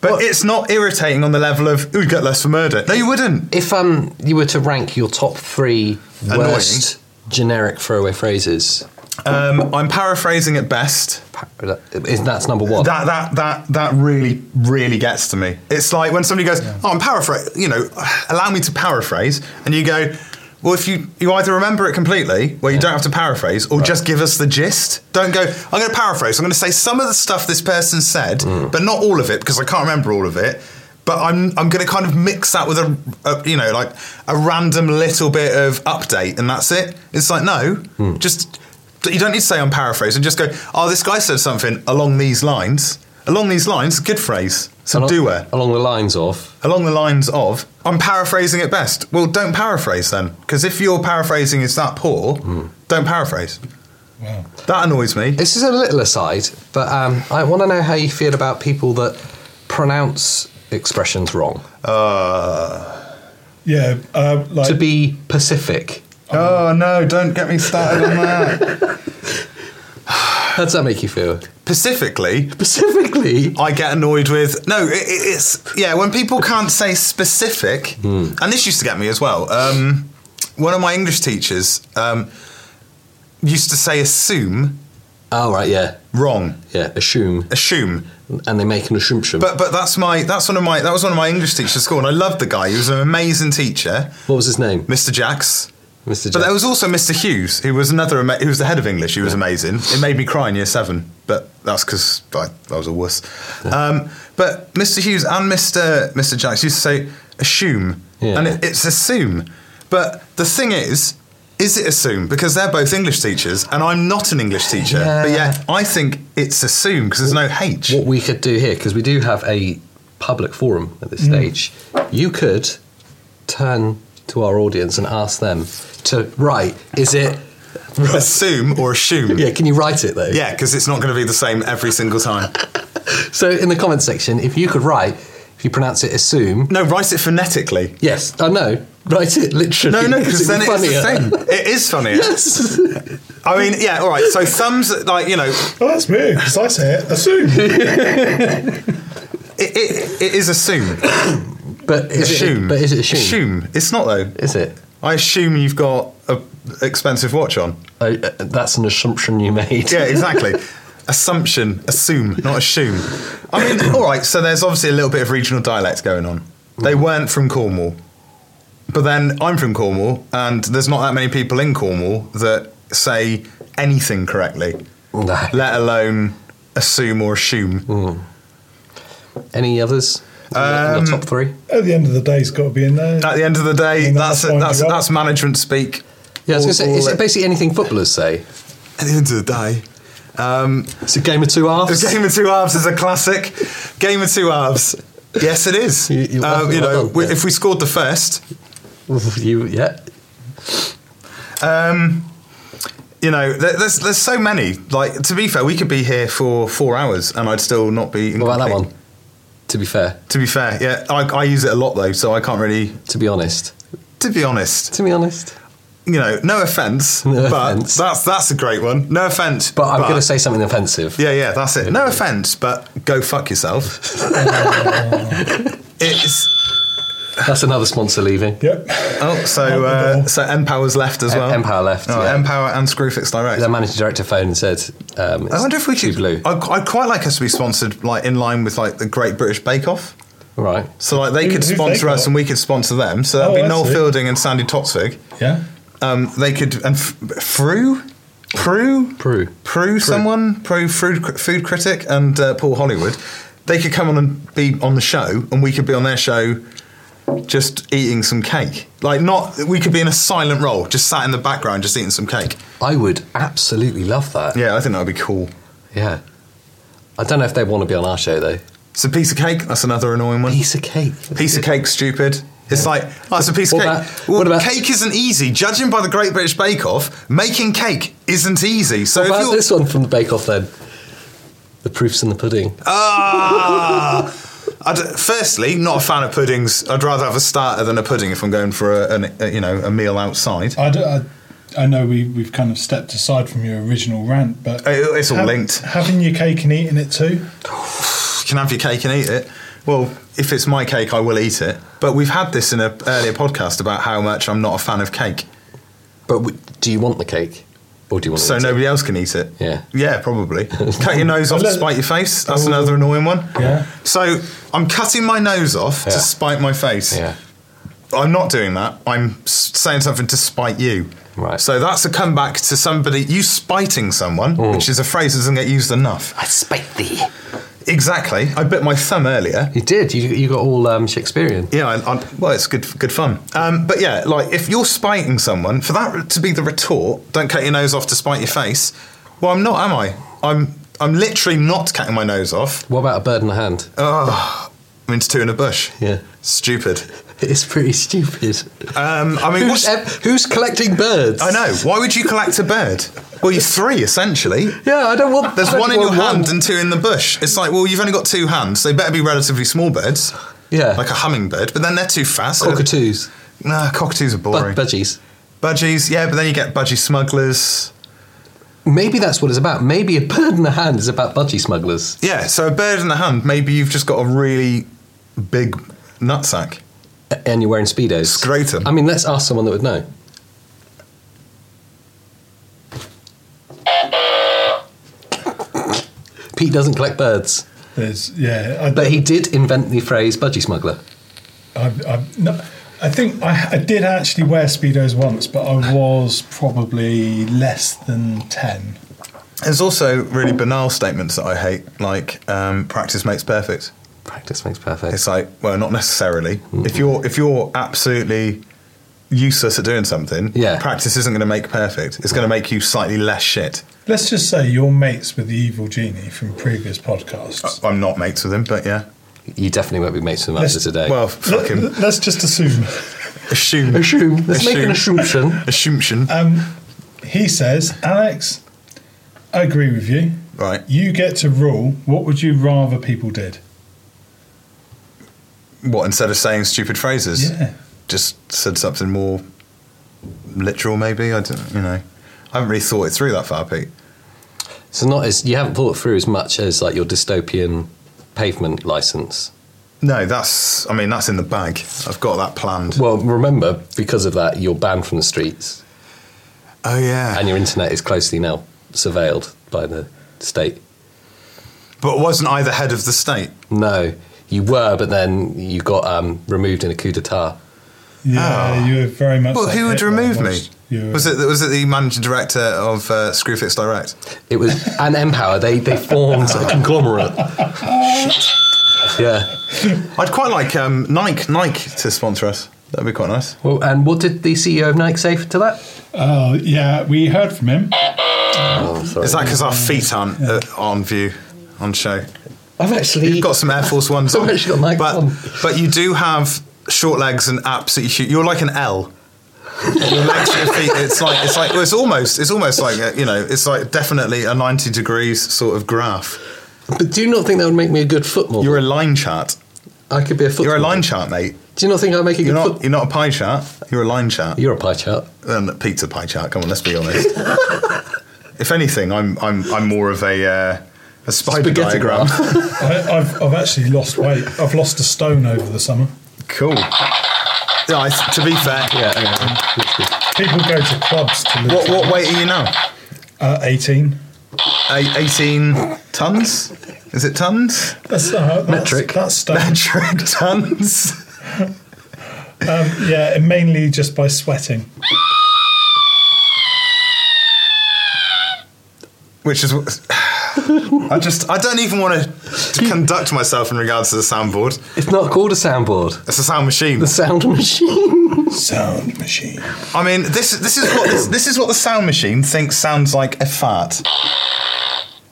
Speaker 3: But
Speaker 1: Well-
Speaker 3: it's not irritating on the level of "Ooh, you get less for murder." No, you wouldn't.
Speaker 1: If um you were to rank your top three
Speaker 3: Annoying.
Speaker 1: worst generic throwaway phrases,
Speaker 3: Um, I'm paraphrasing at best.
Speaker 1: pa- is that's number one?
Speaker 3: That that that that really really gets to me. It's like when somebody goes, "Oh, I'm paraphrasing," you know, allow me to paraphrase, and you go, "Well, if you you either remember it completely, where you don't have to paraphrase, or just give us the gist. Don't go, I'm going to paraphrase. I'm going to say some of the stuff this person said, but not all of it because I can't remember all of it." But I'm, I'm going to kind of mix that with a, a you know like a random little bit of update and that's it. It's like no, just you don't need to say I'm paraphrasing. Just go. Oh, this guy said something along these lines. Along these lines, good phrase. It's a
Speaker 1: along,
Speaker 3: doer.
Speaker 1: along the lines of
Speaker 3: Along the lines of, I'm paraphrasing at best. Well, don't paraphrase then, because if your paraphrasing is that poor, don't paraphrase.
Speaker 2: Wow.
Speaker 3: That annoys me.
Speaker 1: this is a little aside, but um, I want to know how you feel about people that pronounce expressions wrong.
Speaker 3: Uh,
Speaker 2: Yeah, uh, like
Speaker 1: to be Pacific,
Speaker 3: oh no! Don't get me started on that.
Speaker 1: how does that make you feel?
Speaker 3: Specifically,
Speaker 1: Specifically,
Speaker 3: I get annoyed with no. It, it- it's yeah when people can't say specific, and this used to get me as well. Um, one of my English teachers um, used to say assume
Speaker 1: oh right, yeah,
Speaker 3: wrong,
Speaker 1: yeah, assume,
Speaker 3: assume.
Speaker 1: and they make an assumption.
Speaker 3: But but that's my that's one of my that was one of my English teachers at school, and I loved the guy. He was an amazing teacher,
Speaker 1: what was his name,
Speaker 3: Mr. Jacks.
Speaker 1: Mister?
Speaker 3: But there was also Mr. Hughes, who was another. ama- Who was the head of English. He was amazing. It made me cry in year seven, but that's because I, I was a wuss. Um, but Mr. Hughes and Mr. Mr. Jacks used to say assume,
Speaker 1: Yeah.
Speaker 3: and it, it's assume. But the thing is, is it assume? Because they're both English teachers, and I'm not an English teacher. But
Speaker 1: Yeah.
Speaker 3: yeah, I think it's assume because there's no H.
Speaker 1: what we could do here, because we do have a public forum at this
Speaker 3: Mm.
Speaker 1: stage, you could turn to our audience and ask them to write. Is it?
Speaker 3: Assume or assume.
Speaker 1: Yeah, can you write it though?
Speaker 3: Yeah, because it's not going to be the same every single time.
Speaker 1: So in the comment section, if you could write, if you pronounce it assume.
Speaker 3: No, write it phonetically.
Speaker 1: Yes, I know. Write it literally.
Speaker 3: No, no, because then
Speaker 1: it'd be
Speaker 3: it's the
Speaker 1: funnier.
Speaker 3: same. It is funnier.
Speaker 1: Yes.
Speaker 3: I mean, yeah, all right. So thumbs, like you know, it,
Speaker 2: oh, that's weird because I say it assume.
Speaker 3: it, it is assume,
Speaker 1: But is
Speaker 3: assume,
Speaker 1: it? But is it assume?
Speaker 3: assume? It's not though.
Speaker 1: Is it?
Speaker 3: I assume you've got a expensive watch on.
Speaker 1: Oh, uh, that's an assumption you made.
Speaker 3: Yeah, exactly. Assumption, assume, not assume. I
Speaker 1: Mm.
Speaker 3: mean, all right. So there's obviously a little bit of regional dialect going on. They weren't from Cornwall. But then I'm from Cornwall, and there's not that many people in Cornwall that say anything correctly,
Speaker 1: No.
Speaker 3: let alone assume or assume.
Speaker 1: Any others? In
Speaker 3: Um,
Speaker 1: the top three?
Speaker 2: At the end of the day, it's got to be in there.
Speaker 3: At the end of the day,
Speaker 2: I mean, that's
Speaker 3: that's
Speaker 2: the point
Speaker 3: that's
Speaker 2: you got.
Speaker 3: that's management speak.
Speaker 1: Yeah, I was going
Speaker 3: All-
Speaker 1: to say,
Speaker 3: all
Speaker 1: is
Speaker 3: it-
Speaker 1: it basically anything footballers say?
Speaker 3: At the end of the day,
Speaker 1: It's a game of two halves.
Speaker 3: The Game of Two Halves is a classic. Game of Two Halves. Yes, it is.
Speaker 1: You- you-
Speaker 3: Um, you
Speaker 1: well
Speaker 3: know,
Speaker 1: done,
Speaker 3: we,
Speaker 1: yeah.
Speaker 3: if we scored the first,
Speaker 1: you, yeah.
Speaker 3: um, you know, there, there's there's so many. Like to be fair, we could be here for four hours and I'd still not be.
Speaker 1: What about that
Speaker 3: incomplete.
Speaker 1: one? To be fair,
Speaker 3: To be fair, yeah, I, I use it a lot though, so I can't really.
Speaker 1: to be honest.
Speaker 3: To be honest,
Speaker 1: To be honest.
Speaker 3: you know, no offense,
Speaker 1: No
Speaker 3: but
Speaker 1: offence.
Speaker 3: that's that's a great one. No offense,
Speaker 1: But I'm going to say something offensive.
Speaker 3: Yeah, yeah, that's it. No offense, but go fuck yourself. it's
Speaker 1: That's another sponsor leaving.
Speaker 2: Yep.
Speaker 3: Oh, so uh, so Empower's left as well.
Speaker 1: Empower left,
Speaker 3: Oh,
Speaker 1: yeah.
Speaker 3: Empower and Screwfix Direct.
Speaker 1: Their managing director phoned and said, um,
Speaker 3: I wonder if we could.
Speaker 1: Blue.
Speaker 3: I'd, I'd quite like us to be sponsored, like in line with like the Great British Bake Off.
Speaker 1: Right.
Speaker 3: So like they
Speaker 2: Who-
Speaker 3: could
Speaker 2: who've
Speaker 3: sponsor
Speaker 2: they
Speaker 3: us
Speaker 2: got?
Speaker 3: and we could sponsor them. So that'd
Speaker 2: Oh,
Speaker 3: be
Speaker 2: I
Speaker 3: Noel
Speaker 2: see.
Speaker 3: Fielding and Sandy Totsvig.
Speaker 2: Yeah.
Speaker 3: Um, they could and F- Fru, Prue,
Speaker 1: Prue.
Speaker 3: Prue, someone, Prue food cri- food critic and uh, Paul Hollywood. They could come on and be on the show, and we could be on their show, just eating some cake. Like not, we could be in a silent role, just sat in the background, just eating some cake.
Speaker 1: I would absolutely love that.
Speaker 3: Yeah, I think that would be cool.
Speaker 1: Yeah. I don't know if they want to be on our show, though.
Speaker 3: It's a piece of cake. That's another annoying one.
Speaker 1: Piece of cake.
Speaker 3: Piece of cake, stupid. It's like, oh, it's a piece of
Speaker 1: What
Speaker 3: cake.
Speaker 1: about-
Speaker 3: well,
Speaker 1: what about-
Speaker 3: cake isn't easy. Judging by the Great British Bake Off, making cake isn't easy. So
Speaker 1: What
Speaker 3: if
Speaker 1: about
Speaker 3: you're
Speaker 1: this one from the Bake Off, then? The proof's in the pudding.
Speaker 3: ah, I'd, firstly, not a fan of puddings. I'd rather have a starter than a pudding if I'm going for a, an, a you know a meal outside.
Speaker 2: I, d- I- I know we, we've kind of stepped aside from your original rant, but.
Speaker 3: It- it's all linked.
Speaker 2: Having your cake and eating it too.
Speaker 3: You can have your cake and eat it. Well, if it's my cake, I will eat it. But we've had this in an earlier podcast about how much I'm not a fan of cake.
Speaker 1: But w- do you want the cake? Or do you want
Speaker 3: So
Speaker 1: to eat it?
Speaker 3: nobody else can eat it.
Speaker 1: Yeah. Oh.
Speaker 3: Yeah, probably. Cut your nose off to
Speaker 2: Unless-
Speaker 3: spite your face. That's another annoying one.
Speaker 2: Yeah.
Speaker 3: So I'm cutting my nose off to
Speaker 1: Yeah.
Speaker 3: spite my face.
Speaker 1: Yeah.
Speaker 3: I'm not doing that. I'm s- saying something to spite you.
Speaker 1: Right.
Speaker 3: So that's a comeback to somebody you spiting someone, which is a phrase that doesn't get used enough.
Speaker 1: I spite thee.
Speaker 3: Exactly. I bit my thumb earlier.
Speaker 1: You did. You, you got all um, Shakespearean.
Speaker 3: Yeah, I, I, well, it's good, good fun. Um, but yeah, like if you're spiting someone, for that to be the retort, don't cut your nose off to spite your face. Well, I'm not, am I? I'm, I'm literally not cutting my nose off.
Speaker 1: What about a bird in the hand?
Speaker 3: Oh, I'm into two in a bush.
Speaker 1: Yeah.
Speaker 3: stupid.
Speaker 1: It's pretty stupid.
Speaker 3: Um, I mean,
Speaker 1: Who's,
Speaker 3: what's,
Speaker 1: ev- who's collecting birds?
Speaker 3: I know. Why would you collect a bird? Well, you're three essentially.
Speaker 1: Yeah, I don't want.
Speaker 3: There's
Speaker 1: I don't
Speaker 3: one in your
Speaker 1: want
Speaker 3: hand and two in the bush. It's like, well, you've only got two hands. They better be relatively small birds,
Speaker 1: yeah,
Speaker 3: like a hummingbird. But then they're too fast.
Speaker 1: cockatoos,
Speaker 3: Nah, cockatoos are boring.
Speaker 1: bud- budgies.
Speaker 3: Budgies, yeah, but then you get budgie smugglers.
Speaker 1: Maybe that's what it's about. Maybe a bird in the hand is about budgie smugglers.
Speaker 3: Yeah, so a bird in the hand, maybe you've just got a really big nutsack.
Speaker 1: A- And you're wearing speedos.
Speaker 3: Scrotum.
Speaker 1: I mean, let's ask someone that would know. Pete doesn't collect birds,
Speaker 2: There's, yeah. I,
Speaker 1: but he did invent the phrase "budgie smuggler."
Speaker 2: I, I, no, I think I, I did actually wear Speedos once, but I was probably less than 10.
Speaker 3: There's also really banal statements that I hate, like um, practice makes perfect.
Speaker 1: Practice makes perfect.
Speaker 3: It's like, well, not necessarily. If you're if you're absolutely useless at doing something,
Speaker 1: Yeah.
Speaker 3: practice isn't going to make perfect. It's going to make you slightly less shit.
Speaker 2: Let's just say you're mates with the evil genie from previous podcasts.
Speaker 3: I'm not mates with him, but yeah.
Speaker 1: you definitely won't be mates with him
Speaker 2: Let's-
Speaker 1: after today.
Speaker 3: Well, Uh, fuck him.
Speaker 2: Let, us just assume.
Speaker 3: Assume.
Speaker 1: assume. Let's make an
Speaker 3: Assume.
Speaker 1: assumption.
Speaker 3: Assumption.
Speaker 2: Um, he says, Alex, I agree with you.
Speaker 3: Right.
Speaker 2: You get to rule. What would you rather people did?
Speaker 3: What, instead of saying stupid phrases?
Speaker 2: Yeah.
Speaker 3: just said something more literal, maybe. I don't, you know, I haven't really thought it through that far, Pete.
Speaker 1: So not as you haven't thought it through as much as like your dystopian pavement license.
Speaker 3: No, that's. I mean, that's in the bag. I've got that planned.
Speaker 1: Well, remember because of that you're banned from the streets
Speaker 3: Oh yeah,
Speaker 1: and your internet is closely now surveilled by the state.
Speaker 3: but wasn't I the head of the state?
Speaker 1: No, you were, but then you got um, removed in a coup d'état.
Speaker 2: Yeah,
Speaker 3: Oh.
Speaker 2: you were very much.
Speaker 3: Well,
Speaker 2: like
Speaker 3: who would
Speaker 2: Hitler
Speaker 3: remove me?
Speaker 2: almost. You were-
Speaker 3: Was it was it the managing director of uh, Screwfix Direct?
Speaker 1: It was an Empower. They they formed
Speaker 5: A conglomerate.
Speaker 1: yeah.
Speaker 3: I'd quite like um, Nike Nike to sponsor us. That'd be quite nice.
Speaker 1: Well, and what did the CEO of Nike say to that?
Speaker 2: Oh yeah, we heard from him.
Speaker 1: Oh, sorry.
Speaker 3: Is that because our feet aren't uh, on view on show?
Speaker 1: I've actually
Speaker 3: You've got some Air Force Ones
Speaker 1: I've
Speaker 3: on,
Speaker 1: actually got Nike
Speaker 3: but
Speaker 1: on.
Speaker 3: but you do have short legs and abs that you shoot. You're like an L. your legs, your feet. It's like it's like well, it's almost it's almost like a, you know it's like definitely a ninety degrees sort of graph.
Speaker 1: But do you not think that would make me a good foot model?
Speaker 3: You're a line chart.
Speaker 1: I could be a foot.
Speaker 3: You're a
Speaker 1: model.
Speaker 3: line chart, mate.
Speaker 1: Do you not think I'd make a good
Speaker 3: You're
Speaker 1: foot?
Speaker 3: not you're not a pie chart. You're a line chart.
Speaker 1: You're a pie chart.
Speaker 3: um, pizza pie chart. Come on, let's be honest. if anything, I'm I'm I'm more of a uh, a spider
Speaker 1: Spaghetti
Speaker 3: diagram.
Speaker 2: I, I've I've actually lost weight. I've lost a stone over the summer.
Speaker 3: cool. Yeah, I, to be fair,
Speaker 1: Yeah. hang on. That's good.
Speaker 2: People go to clubs to lose.
Speaker 3: what what weight are you now?
Speaker 2: Uh, Eighteen.
Speaker 3: A- Eighteen tons? Is it tons?
Speaker 2: That's uh, that's,
Speaker 1: Metric.
Speaker 2: That's stone.
Speaker 3: Metric tons.
Speaker 2: Um, yeah, and mainly just by sweating.
Speaker 3: Which is. what- I just I don't even want to conduct myself in regards to the soundboard.
Speaker 1: It's not called a soundboard.
Speaker 3: It's a sound machine.
Speaker 1: The sound machine.
Speaker 2: Sound machine.
Speaker 3: I mean, this this is what this, this is what the sound machine thinks sounds like a fart.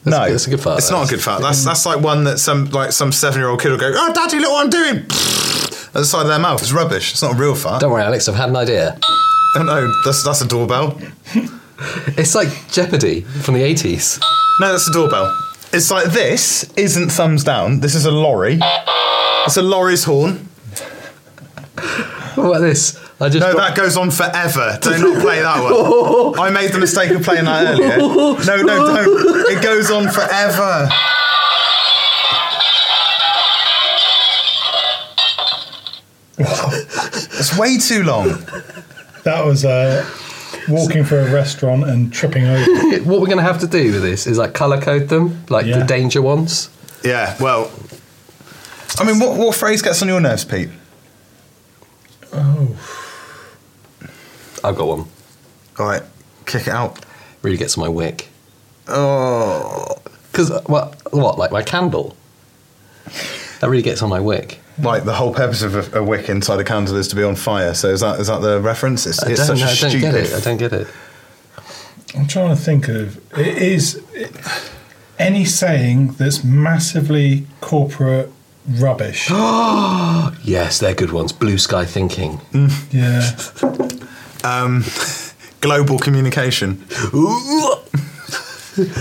Speaker 3: no,
Speaker 1: a- that's a good fart,
Speaker 3: It's
Speaker 1: that
Speaker 3: not a
Speaker 1: is.
Speaker 3: good fart. That's that's like one that some like some seven year old kid will go, "Oh, daddy, look what I'm doing!" At the side of their mouth. It's rubbish. It's not a real fart.
Speaker 1: Don't worry, Alex. I've had an idea.
Speaker 3: Oh, no, that's that's a doorbell.
Speaker 1: It's like Jeopardy from the 80s.
Speaker 3: No, that's a doorbell. It's like this isn't thumbs down. This is a lorry. It's a lorry's horn.
Speaker 1: What about this? I just
Speaker 3: No,
Speaker 1: got-
Speaker 3: that goes on forever. Do not play that one. I made the mistake of playing that earlier. No, no, don't. It goes on forever. It's way too long.
Speaker 2: That was uh, walking through a restaurant and tripping over.
Speaker 1: what we're going to have to do with this is like color code them, like
Speaker 2: Yeah.
Speaker 1: the danger ones.
Speaker 3: Yeah, well. I mean, what, what phrase gets on your nerves, Pete?
Speaker 1: I've got one.
Speaker 3: All right, kick it out.
Speaker 1: Really gets my wick.
Speaker 3: Oh.
Speaker 1: Because what? What? Like my candle. That really gets on my wick.
Speaker 3: Like the whole purpose of a, a wick inside a candle is to be on fire. So is that is that the reference? It's,
Speaker 1: I
Speaker 3: it's
Speaker 1: don't,
Speaker 3: such
Speaker 1: know,
Speaker 3: a
Speaker 1: I don't
Speaker 3: stupid.
Speaker 1: get it. I don't get it.
Speaker 2: I'm trying to think of it is it, any saying that's massively corporate rubbish.
Speaker 1: Yes, they're good ones. Blue sky thinking.
Speaker 2: yeah.
Speaker 3: um, global communication.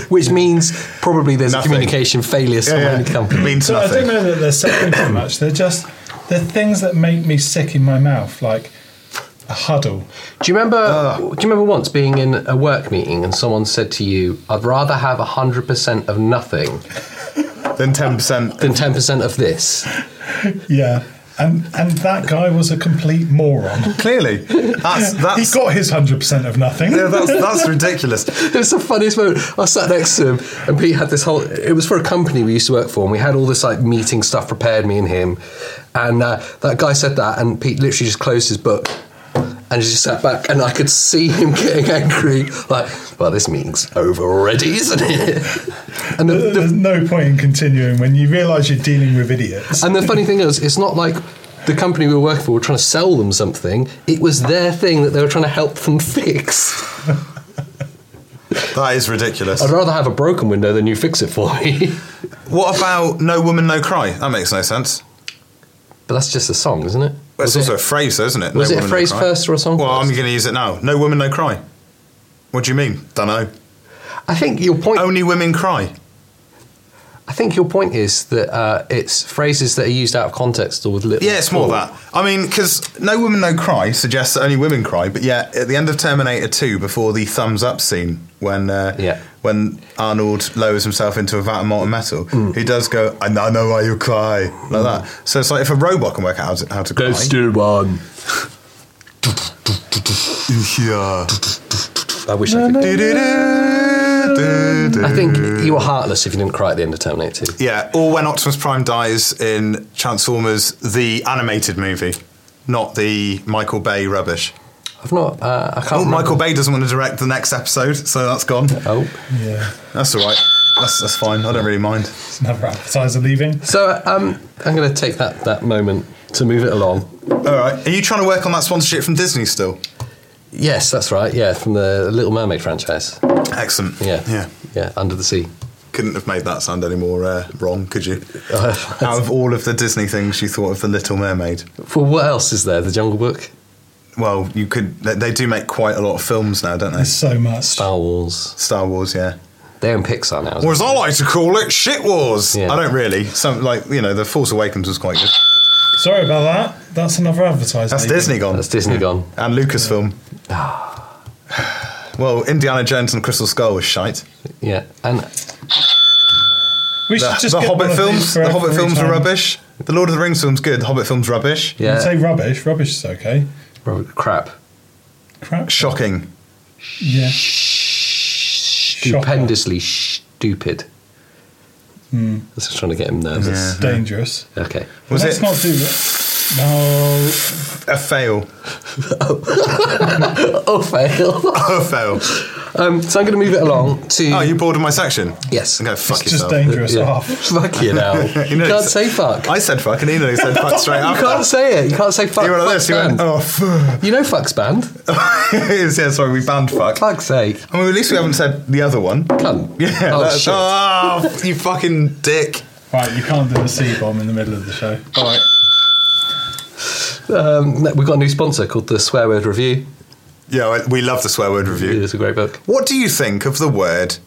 Speaker 1: Which means probably there's
Speaker 3: Nothing.
Speaker 1: a communication failure somewhere in the company.
Speaker 3: means
Speaker 2: So I
Speaker 3: nothing.
Speaker 2: don't know that they're sucking too much. They're just they're things that make me sick in my mouth, like a huddle.
Speaker 1: Do you remember? Do you remember once being in a work meeting and someone said to you, "I'd rather have hundred percent of nothing
Speaker 3: Then ten percent.
Speaker 1: than ten percent of this."
Speaker 2: Yeah. And and that guy was a complete moron.
Speaker 3: Clearly, that's
Speaker 2: he
Speaker 3: that's.
Speaker 2: got his hundred percent of nothing.
Speaker 3: Yeah, that's, that's ridiculous.
Speaker 1: It was the funniest moment. I sat next to him, and Pete had this whole. It was for a company we used to work for, and we had all this like meeting stuff prepared, me and him. And uh, that guy said that, and Pete literally just closed his book and just sat back, and I could see him getting angry, like, "Well, this meeting's over already, isn't it?" And the, the,
Speaker 2: There's no point in continuing when you realise you're dealing with idiots.
Speaker 1: and the funny thing is, it's not like. The company we were working for were trying to sell them something. It was their thing that they were trying to help them fix.
Speaker 3: That is ridiculous.
Speaker 1: I'd rather have a broken window than you fix it for me.
Speaker 3: What about "No Woman, No Cry"? That makes no sense.
Speaker 1: But that's just a song, isn't it?
Speaker 3: Well,
Speaker 1: Was
Speaker 3: it's
Speaker 1: it-
Speaker 3: also a phrase, though, isn't it?
Speaker 1: Was it a
Speaker 3: woman,
Speaker 1: phrase
Speaker 3: cry.
Speaker 1: first or a song
Speaker 3: Well, I'm
Speaker 1: first?
Speaker 3: going to use it now. "No Woman, No Cry." What do you mean? Don't know.
Speaker 1: I think your point.
Speaker 3: Only women cry.
Speaker 1: I think your point is that uh, it's phrases that are used out of context or with little.
Speaker 3: Yeah, it's more that. I mean, because "No Woman, No Cry" suggests that only women cry, but yet at the end of Terminator 2, before the thumbs up scene, when uh,
Speaker 1: Yeah.
Speaker 3: when Arnold lowers himself into a vat of molten metal,
Speaker 1: Mm.
Speaker 3: he does go, "I know, I know why you cry," like that. So it's like if a robot can work out how to, how to cry.
Speaker 1: do one.
Speaker 3: Yeah.
Speaker 1: I wish I could.
Speaker 3: I
Speaker 1: I think you were heartless if you didn't cry at the end of Terminator 2.
Speaker 3: Yeah, or when Optimus Prime dies in Transformers, the animated movie. not the Michael Bay rubbish.
Speaker 1: I've not. Uh, I can't.
Speaker 3: Oh,
Speaker 1: remember.
Speaker 3: Michael Bay doesn't want to direct the next episode, so that's gone.
Speaker 1: Oh.
Speaker 2: Yeah.
Speaker 3: That's all right. That's that's fine. I don't really mind.
Speaker 2: It's another appetizer leaving.
Speaker 1: So um, I'm going to take that that moment to move it along.
Speaker 3: All right. Are you trying to work on that sponsorship from Disney still?
Speaker 1: Yes, that's right. Yeah, from the Little Mermaid franchise.
Speaker 3: Excellent.
Speaker 1: Yeah.
Speaker 3: Yeah.
Speaker 1: Yeah. Under the sea.
Speaker 3: Couldn't have made that sound any more uh, wrong, could you? Out of all of the Disney things, you thought of the Little Mermaid.
Speaker 1: Well, what else is there? The Jungle Book,
Speaker 3: Well, you could. They, they do make quite a lot of films now, don't they?
Speaker 2: There's so much.
Speaker 1: Star Wars.
Speaker 3: Star Wars, yeah.
Speaker 1: They're in Pixar now.
Speaker 3: Or as I like to call it, shit wars.
Speaker 1: Yeah.
Speaker 3: I don't really. Some like you know, the Force Awakens was quite good.
Speaker 2: Sorry about that. That's another advertiser.
Speaker 3: That's
Speaker 2: leaving.
Speaker 3: Disney gone.
Speaker 1: That's Disney gone.
Speaker 3: and Lucasfilm. well, Indiana Jones and the Crystal Skull was shite.
Speaker 1: Yeah, and
Speaker 2: We should
Speaker 3: The,
Speaker 2: just
Speaker 3: the
Speaker 2: get one
Speaker 3: Hobbit
Speaker 2: of these
Speaker 3: films,
Speaker 2: for
Speaker 3: the
Speaker 2: every
Speaker 3: Hobbit films
Speaker 2: time.
Speaker 3: were rubbish. The Lord of the Rings film's good. The Hobbit film's rubbish.
Speaker 2: You say
Speaker 1: yeah,
Speaker 2: rubbish. Rubbish is okay.
Speaker 1: Robert- crap,
Speaker 2: Crap.
Speaker 3: Shocking.
Speaker 2: Yeah.
Speaker 1: stupendously stupid.
Speaker 3: Hmm.
Speaker 1: I was just trying to get him nervous.
Speaker 2: It's dangerous.
Speaker 1: Okay,
Speaker 3: Was
Speaker 2: Let's
Speaker 3: it
Speaker 2: not do that. No.
Speaker 3: a fail?
Speaker 1: oh fail.
Speaker 3: A fail.
Speaker 1: um, so I'm going to move it along to
Speaker 3: Oh, you bored of my section?
Speaker 1: yes.
Speaker 3: Okay,
Speaker 2: It's
Speaker 3: fuck
Speaker 2: just
Speaker 3: yourself.
Speaker 2: dangerous.
Speaker 1: Yeah.
Speaker 2: Half.
Speaker 1: Fuck you now.
Speaker 3: You
Speaker 1: you
Speaker 3: know,
Speaker 1: can't
Speaker 3: it's-
Speaker 1: say fuck.
Speaker 3: I said fuck, and he nearly said fuck straight
Speaker 1: you
Speaker 3: after.
Speaker 1: can't say it. You can't say fuck.
Speaker 3: He went like
Speaker 1: fuck
Speaker 3: this. He went,
Speaker 1: band.
Speaker 3: oh, fuck.
Speaker 1: You know fuck's banned.
Speaker 3: yeah, sorry, we banned fuck.
Speaker 1: Fuck's sake.
Speaker 3: I mean, at least we haven't said the other one.
Speaker 1: Cunt.
Speaker 3: Yeah.
Speaker 1: Oh,
Speaker 3: that's-
Speaker 1: shit.
Speaker 3: oh, you fucking dick.
Speaker 2: Right. You can't do a C bomb in the middle of the show.
Speaker 3: All right.
Speaker 1: Um, we've got a new sponsor called the Swear Word Review.
Speaker 3: Yeah, we- we love the swear word
Speaker 1: It
Speaker 3: review.
Speaker 1: is a great book.
Speaker 3: What do you think of the word?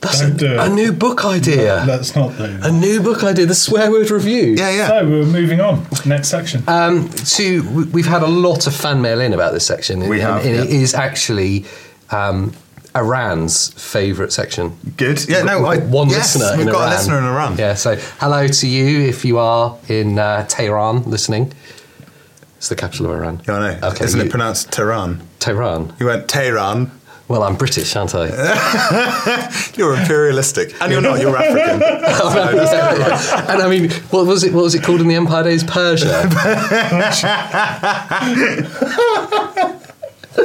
Speaker 1: That's
Speaker 2: Don't
Speaker 1: a,
Speaker 2: do it.
Speaker 1: a new book idea.
Speaker 2: Let's not do
Speaker 1: A
Speaker 2: that.
Speaker 1: new book idea. The Swear Word Review.
Speaker 3: Yeah, yeah.
Speaker 2: So we're moving on. Next section.
Speaker 1: Um, so we- we've had a lot of fan mail in about this section.
Speaker 3: We
Speaker 1: and,
Speaker 3: have,
Speaker 1: and it
Speaker 3: yeah.
Speaker 1: is actually um, Iran's favourite section.
Speaker 3: Good. Yeah, no, Oh, I,
Speaker 1: We've got one
Speaker 3: yes,
Speaker 1: listener
Speaker 3: We've
Speaker 1: in
Speaker 3: got
Speaker 1: Iran.
Speaker 3: a listener in Iran.
Speaker 1: Yeah, so hello to you if you are in uh, Tehran listening. It's the capital of Iran.
Speaker 3: Yeah, I know.
Speaker 1: Okay,
Speaker 3: Isn't
Speaker 1: you-
Speaker 3: it pronounced Tehran?
Speaker 1: Tehran.
Speaker 3: You went Tehran.
Speaker 1: Well, I'm British, aren't I?
Speaker 3: You're imperialistic, and you're not. You're African.
Speaker 1: and I mean, what was it? What was it called in the Empire Days? Persia.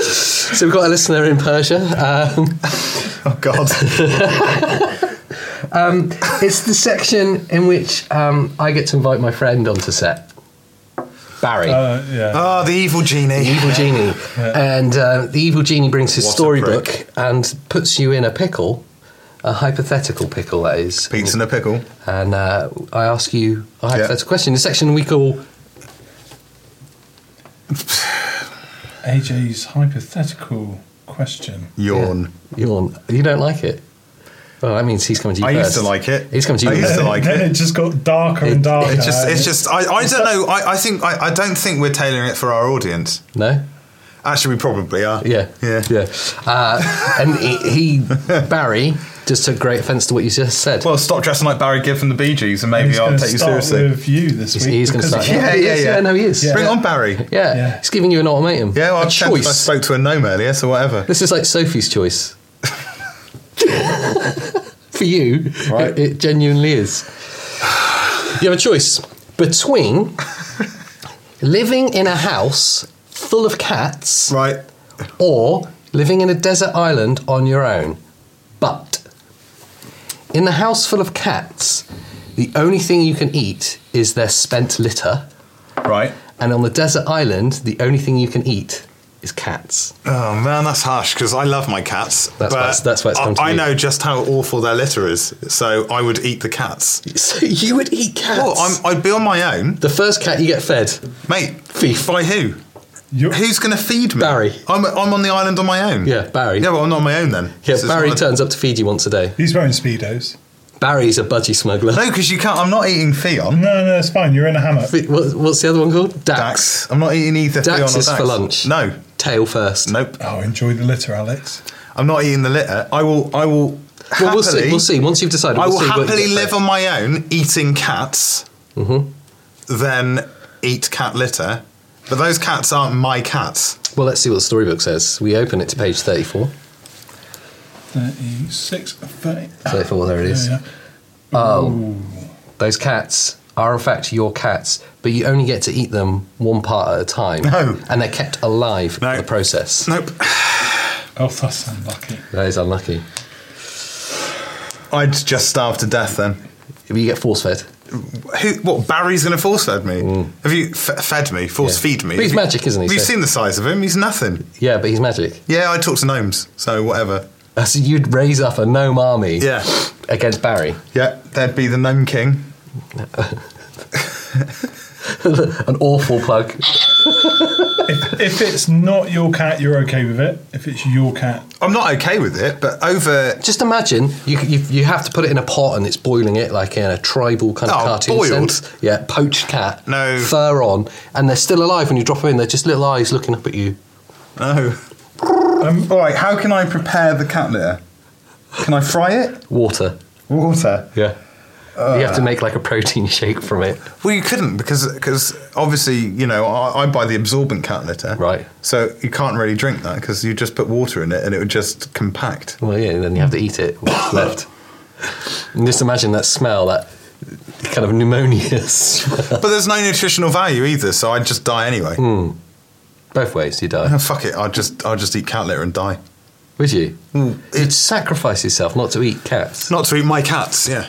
Speaker 1: so we've got a listener in Persia. Um,
Speaker 3: oh God.
Speaker 1: It's the section in which um, I get to invite my friend onto set, Barry,
Speaker 2: Uh, yeah.
Speaker 3: Oh, the evil
Speaker 1: the
Speaker 3: genie.
Speaker 1: evil genie, and uh, the evil genie brings his
Speaker 3: What a
Speaker 1: storybook
Speaker 3: prick.
Speaker 1: and puts you in a pickle, a hypothetical pickle that is,
Speaker 3: Pizza and a pickle.
Speaker 1: and uh, I ask you a hypothetical question. The section we call
Speaker 2: AJ's hypothetical question.
Speaker 3: Yawn.
Speaker 1: yawn. You don't like it. Well, that means he's coming to you
Speaker 3: I
Speaker 1: first.
Speaker 3: used to like it.
Speaker 1: He's coming to you
Speaker 3: I used
Speaker 1: first.
Speaker 3: to like
Speaker 2: then
Speaker 3: it.
Speaker 2: it just got darker and darker.
Speaker 3: It's just,
Speaker 2: and
Speaker 3: it's just. I, I don't know. I, I think. I, I don't think we're tailoring it for our audience.
Speaker 1: No.
Speaker 3: Actually, we probably are.
Speaker 1: Yeah,
Speaker 3: Yeah.
Speaker 1: yeah. Uh, and he, he, Barry, just took great offence to what you just said.
Speaker 3: Well, stop dressing like Barry Gibb from the Bee Gees, and
Speaker 2: He's
Speaker 3: maybe I'll
Speaker 2: gonna
Speaker 3: take you
Speaker 2: start
Speaker 3: seriously.
Speaker 2: With you this
Speaker 1: He's,
Speaker 2: week
Speaker 1: he's going to
Speaker 2: because
Speaker 1: start.
Speaker 2: he-
Speaker 3: Yeah, yeah,
Speaker 1: he is,
Speaker 3: yeah.
Speaker 1: No, he is.
Speaker 3: Bring on Barry.
Speaker 1: Yeah.
Speaker 2: Yeah.
Speaker 1: he's giving you an ultimatum.
Speaker 3: Yeah, well,
Speaker 1: a
Speaker 3: I, choice. I
Speaker 1: choice.
Speaker 3: spoke to a gnome earlier, so whatever.
Speaker 1: This is like Sophie's choice. For you,
Speaker 3: Right.
Speaker 1: it, it genuinely is. You have a choice between living in a house full of cats
Speaker 3: Right.
Speaker 1: or living in a desert island on your own. But in the house full of cats, the only thing you can eat is their spent litter.
Speaker 3: Right.
Speaker 1: And on the desert island, the only thing you can eat is cats.
Speaker 3: Oh man, that's harsh because I love my cats.
Speaker 1: That's why it's- that's why it's
Speaker 3: I,
Speaker 1: come to
Speaker 3: I
Speaker 1: you.
Speaker 3: know just how awful their litter is, so I would eat the cats.
Speaker 1: So you would eat cats?
Speaker 3: Well, I'm, I'd be on my own,
Speaker 1: the first cat you get fed,
Speaker 3: mate.
Speaker 1: Thief.
Speaker 3: By who?
Speaker 2: You're-
Speaker 3: Who's going to feed me?
Speaker 1: Barry.
Speaker 3: I'm, I'm on the island on my own.
Speaker 1: Yeah, Barry.
Speaker 3: Yeah, well, I'm not on my own then.
Speaker 1: yeah,
Speaker 3: This is
Speaker 1: Barry
Speaker 3: one of-
Speaker 1: turns up to feed you once a day.
Speaker 2: He's wearing speedos.
Speaker 1: Barry's a budgie smuggler.
Speaker 3: No, because you can't. I'm not eating Theon.
Speaker 2: No, no, it's fine. You're in a hammock.
Speaker 1: Wait, what- what's the other one called? Dax.
Speaker 3: Dax. I'm not eating either
Speaker 1: Dax
Speaker 3: Theon or
Speaker 1: is
Speaker 3: Dax.
Speaker 1: for lunch.
Speaker 3: No.
Speaker 1: Tail first.
Speaker 3: Nope.
Speaker 2: Oh, enjoy the litter, Alex.
Speaker 3: I'm not eating the litter. I will. I will.
Speaker 1: Well, we'll see.
Speaker 3: happily-
Speaker 1: We'll see. Once you've decided,
Speaker 3: I
Speaker 1: we'll
Speaker 3: will
Speaker 1: see what you
Speaker 3: happily
Speaker 1: get
Speaker 3: live
Speaker 1: fed.
Speaker 3: on my own eating cats, Mm-hmm. then eat cat litter. But those cats aren't my cats.
Speaker 1: Well, let's see what the storybook says. We open it to page 34.
Speaker 2: 36, 30.
Speaker 1: 34, there it is.
Speaker 2: Yeah, yeah.
Speaker 1: Oh. Those cats are in fact your cats, but you only get to eat them one part at a time.
Speaker 3: No.
Speaker 1: And they're kept alive
Speaker 3: No.
Speaker 1: in the process.
Speaker 3: Nope.
Speaker 2: Oh, that's unlucky.
Speaker 1: That is unlucky.
Speaker 3: I'd just starve to death then.
Speaker 1: But you get force fed.
Speaker 3: Who? What? Barry's going to force fed me? Have you f- fed me? Force
Speaker 1: Yeah.
Speaker 3: feed me?
Speaker 1: But he's
Speaker 3: Have you-
Speaker 1: magic, isn't he?
Speaker 3: Have you
Speaker 1: So-
Speaker 3: seen the size of him? He's nothing.
Speaker 1: Yeah, but he's magic.
Speaker 3: Yeah, I talk to gnomes, so whatever.
Speaker 1: Uh, So you'd raise up a gnome army
Speaker 3: Yeah.
Speaker 1: against Barry.
Speaker 3: Yeah, there'd be the gnome king.
Speaker 1: An awful plug.
Speaker 2: If, if it's not your cat, you're okay with it. If it's your cat,
Speaker 3: I'm not okay with it, but over.
Speaker 1: Just imagine you, you you have to put it in a pot and it's boiling it like in a tribal kind of
Speaker 3: Oh,
Speaker 1: cartoon
Speaker 3: boiled?
Speaker 1: sense. Yeah, poached cat.
Speaker 3: No.
Speaker 1: fur on, and they're still alive when you drop them in. They're just little eyes looking up at you.
Speaker 3: No. Um, all right, how can I prepare the cat litter? Can I fry it?
Speaker 1: Water.
Speaker 3: Water.
Speaker 1: Yeah. you have to make like a protein shake from it.
Speaker 3: Well, you couldn't because because obviously you know I, I buy the absorbent cat litter.
Speaker 1: Right.
Speaker 3: So you can't really drink that because you just put water in it and it would just compact.
Speaker 1: Well, yeah, and then you have to eat it. What's left. And just imagine that smell, that kind of pneumonia smell.
Speaker 3: But there's no nutritional value either, so I'd just die anyway.
Speaker 1: Both ways, you die.
Speaker 3: Oh, fuck it, I'd just I'd just eat cat litter and die.
Speaker 1: Would you?
Speaker 3: Mm.
Speaker 1: You'd
Speaker 3: It's
Speaker 1: sacrifice yourself not to eat cats.
Speaker 3: not to eat my cats. Yeah.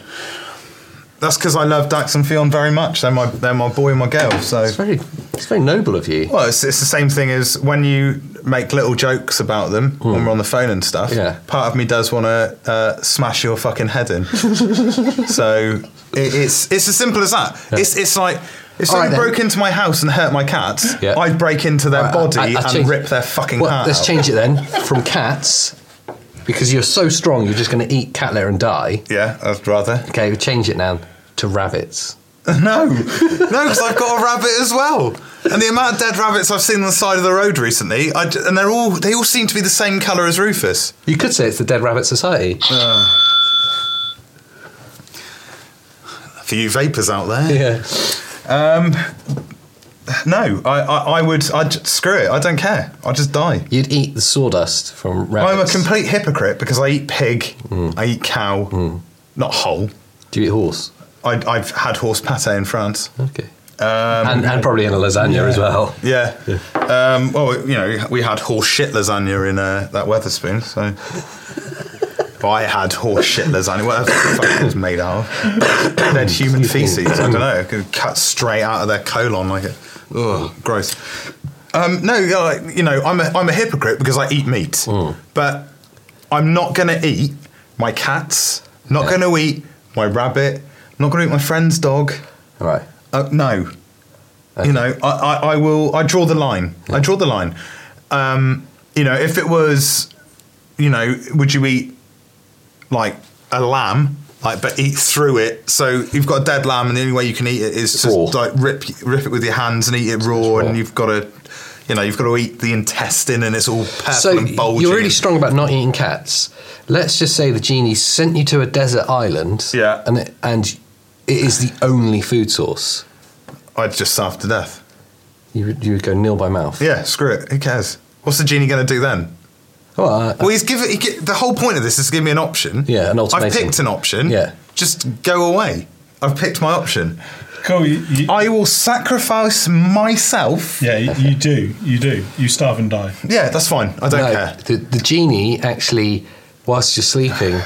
Speaker 3: That's because I love Dax and Fionn very much. They're my they're my boy and my girl. So
Speaker 1: It's very, it's very noble of you.
Speaker 3: Well, it's, it's the same thing as when you make little jokes about them when we're on the phone and stuff.
Speaker 1: Hmm. Yeah.
Speaker 3: Part of me does want to uh, smash your fucking head in. so it, it's it's as simple as that. It's it's like if
Speaker 1: All right
Speaker 3: someone
Speaker 1: then.
Speaker 3: broke into my house and hurt my cats,
Speaker 1: Yeah.
Speaker 3: I'd break into their body
Speaker 1: I- I
Speaker 3: and
Speaker 1: change-
Speaker 3: rip their fucking
Speaker 1: Well,
Speaker 3: heart
Speaker 1: let's
Speaker 3: out.
Speaker 1: change it then from cats, because you're so strong, you're just going to eat cat litter and die.
Speaker 3: Yeah, I'd rather.
Speaker 1: Okay, we change it now to rabbits.
Speaker 3: No, no, because I've got a rabbit as well. And the amount of dead rabbits I've seen on the side of the road recently, I j and they're all they all seem to be the same colour as Rufus.
Speaker 1: You could say it's the Dead Rabbit Society.
Speaker 3: For you vapors out there.
Speaker 1: Yeah.
Speaker 3: No, I, I, I would. I'd j- screw it. I don't care. I'd just die.
Speaker 1: You'd eat the sawdust from
Speaker 3: I'm a
Speaker 1: rabbits.
Speaker 3: complete hypocrite because I eat pig, I eat cow, not whole.
Speaker 1: Do you eat horse?
Speaker 3: I, I've had horse pate in France.
Speaker 1: Okay. and, and probably in a lasagna as well.
Speaker 3: Um, Yeah. Um, well, you know, we had horse shit lasagna in uh, that Weatherspoon, so. Well, I had horse shit lasagna. Whatever the fuck it was made out of. Dead human feces. I don't know. it could Cut straight out of their colon like a. Ugh, gross. Um, no, yeah, like, you know, I'm a, I'm a hypocrite because I eat meat. But I'm not going to eat my cats, not
Speaker 1: Yeah.
Speaker 3: going to eat my rabbit, not going to eat my friend's dog.
Speaker 1: All right.
Speaker 3: Uh, no. You know, I, I, I will. I draw the line. I draw the line. Um, you know, if it was, you know, would you eat like a lamb, like but eat through it? So you've got a dead lamb, and the only way you can eat it is just
Speaker 1: Raw.
Speaker 3: like rip rip it with your hands and eat it raw,
Speaker 1: raw.
Speaker 3: and you've got to, you know, you've got to eat the intestine, and it's all purple
Speaker 1: So
Speaker 3: and bulging.
Speaker 1: you're really strong about not eating cats. Let's just say the genie sent you to a desert island.
Speaker 3: Yeah.
Speaker 1: And it, and it is the only food source.
Speaker 3: I'd just starve to death.
Speaker 1: You would, you would go nil by mouth.
Speaker 3: Yeah, screw it. Who cares? What's the genie going to do then?
Speaker 1: Well, uh,
Speaker 3: Well, he's given. He, gi- the whole point of this is to give me an option.
Speaker 1: Yeah, an ultimatum.
Speaker 3: I've picked an option.
Speaker 1: Yeah.
Speaker 3: Just go away. I've picked my option.
Speaker 2: cool. You, you,
Speaker 3: I will sacrifice myself.
Speaker 2: yeah, you, you do. You do. You starve and die.
Speaker 3: Yeah, that's fine. I don't care.
Speaker 1: The, the genie actually, whilst you're sleeping,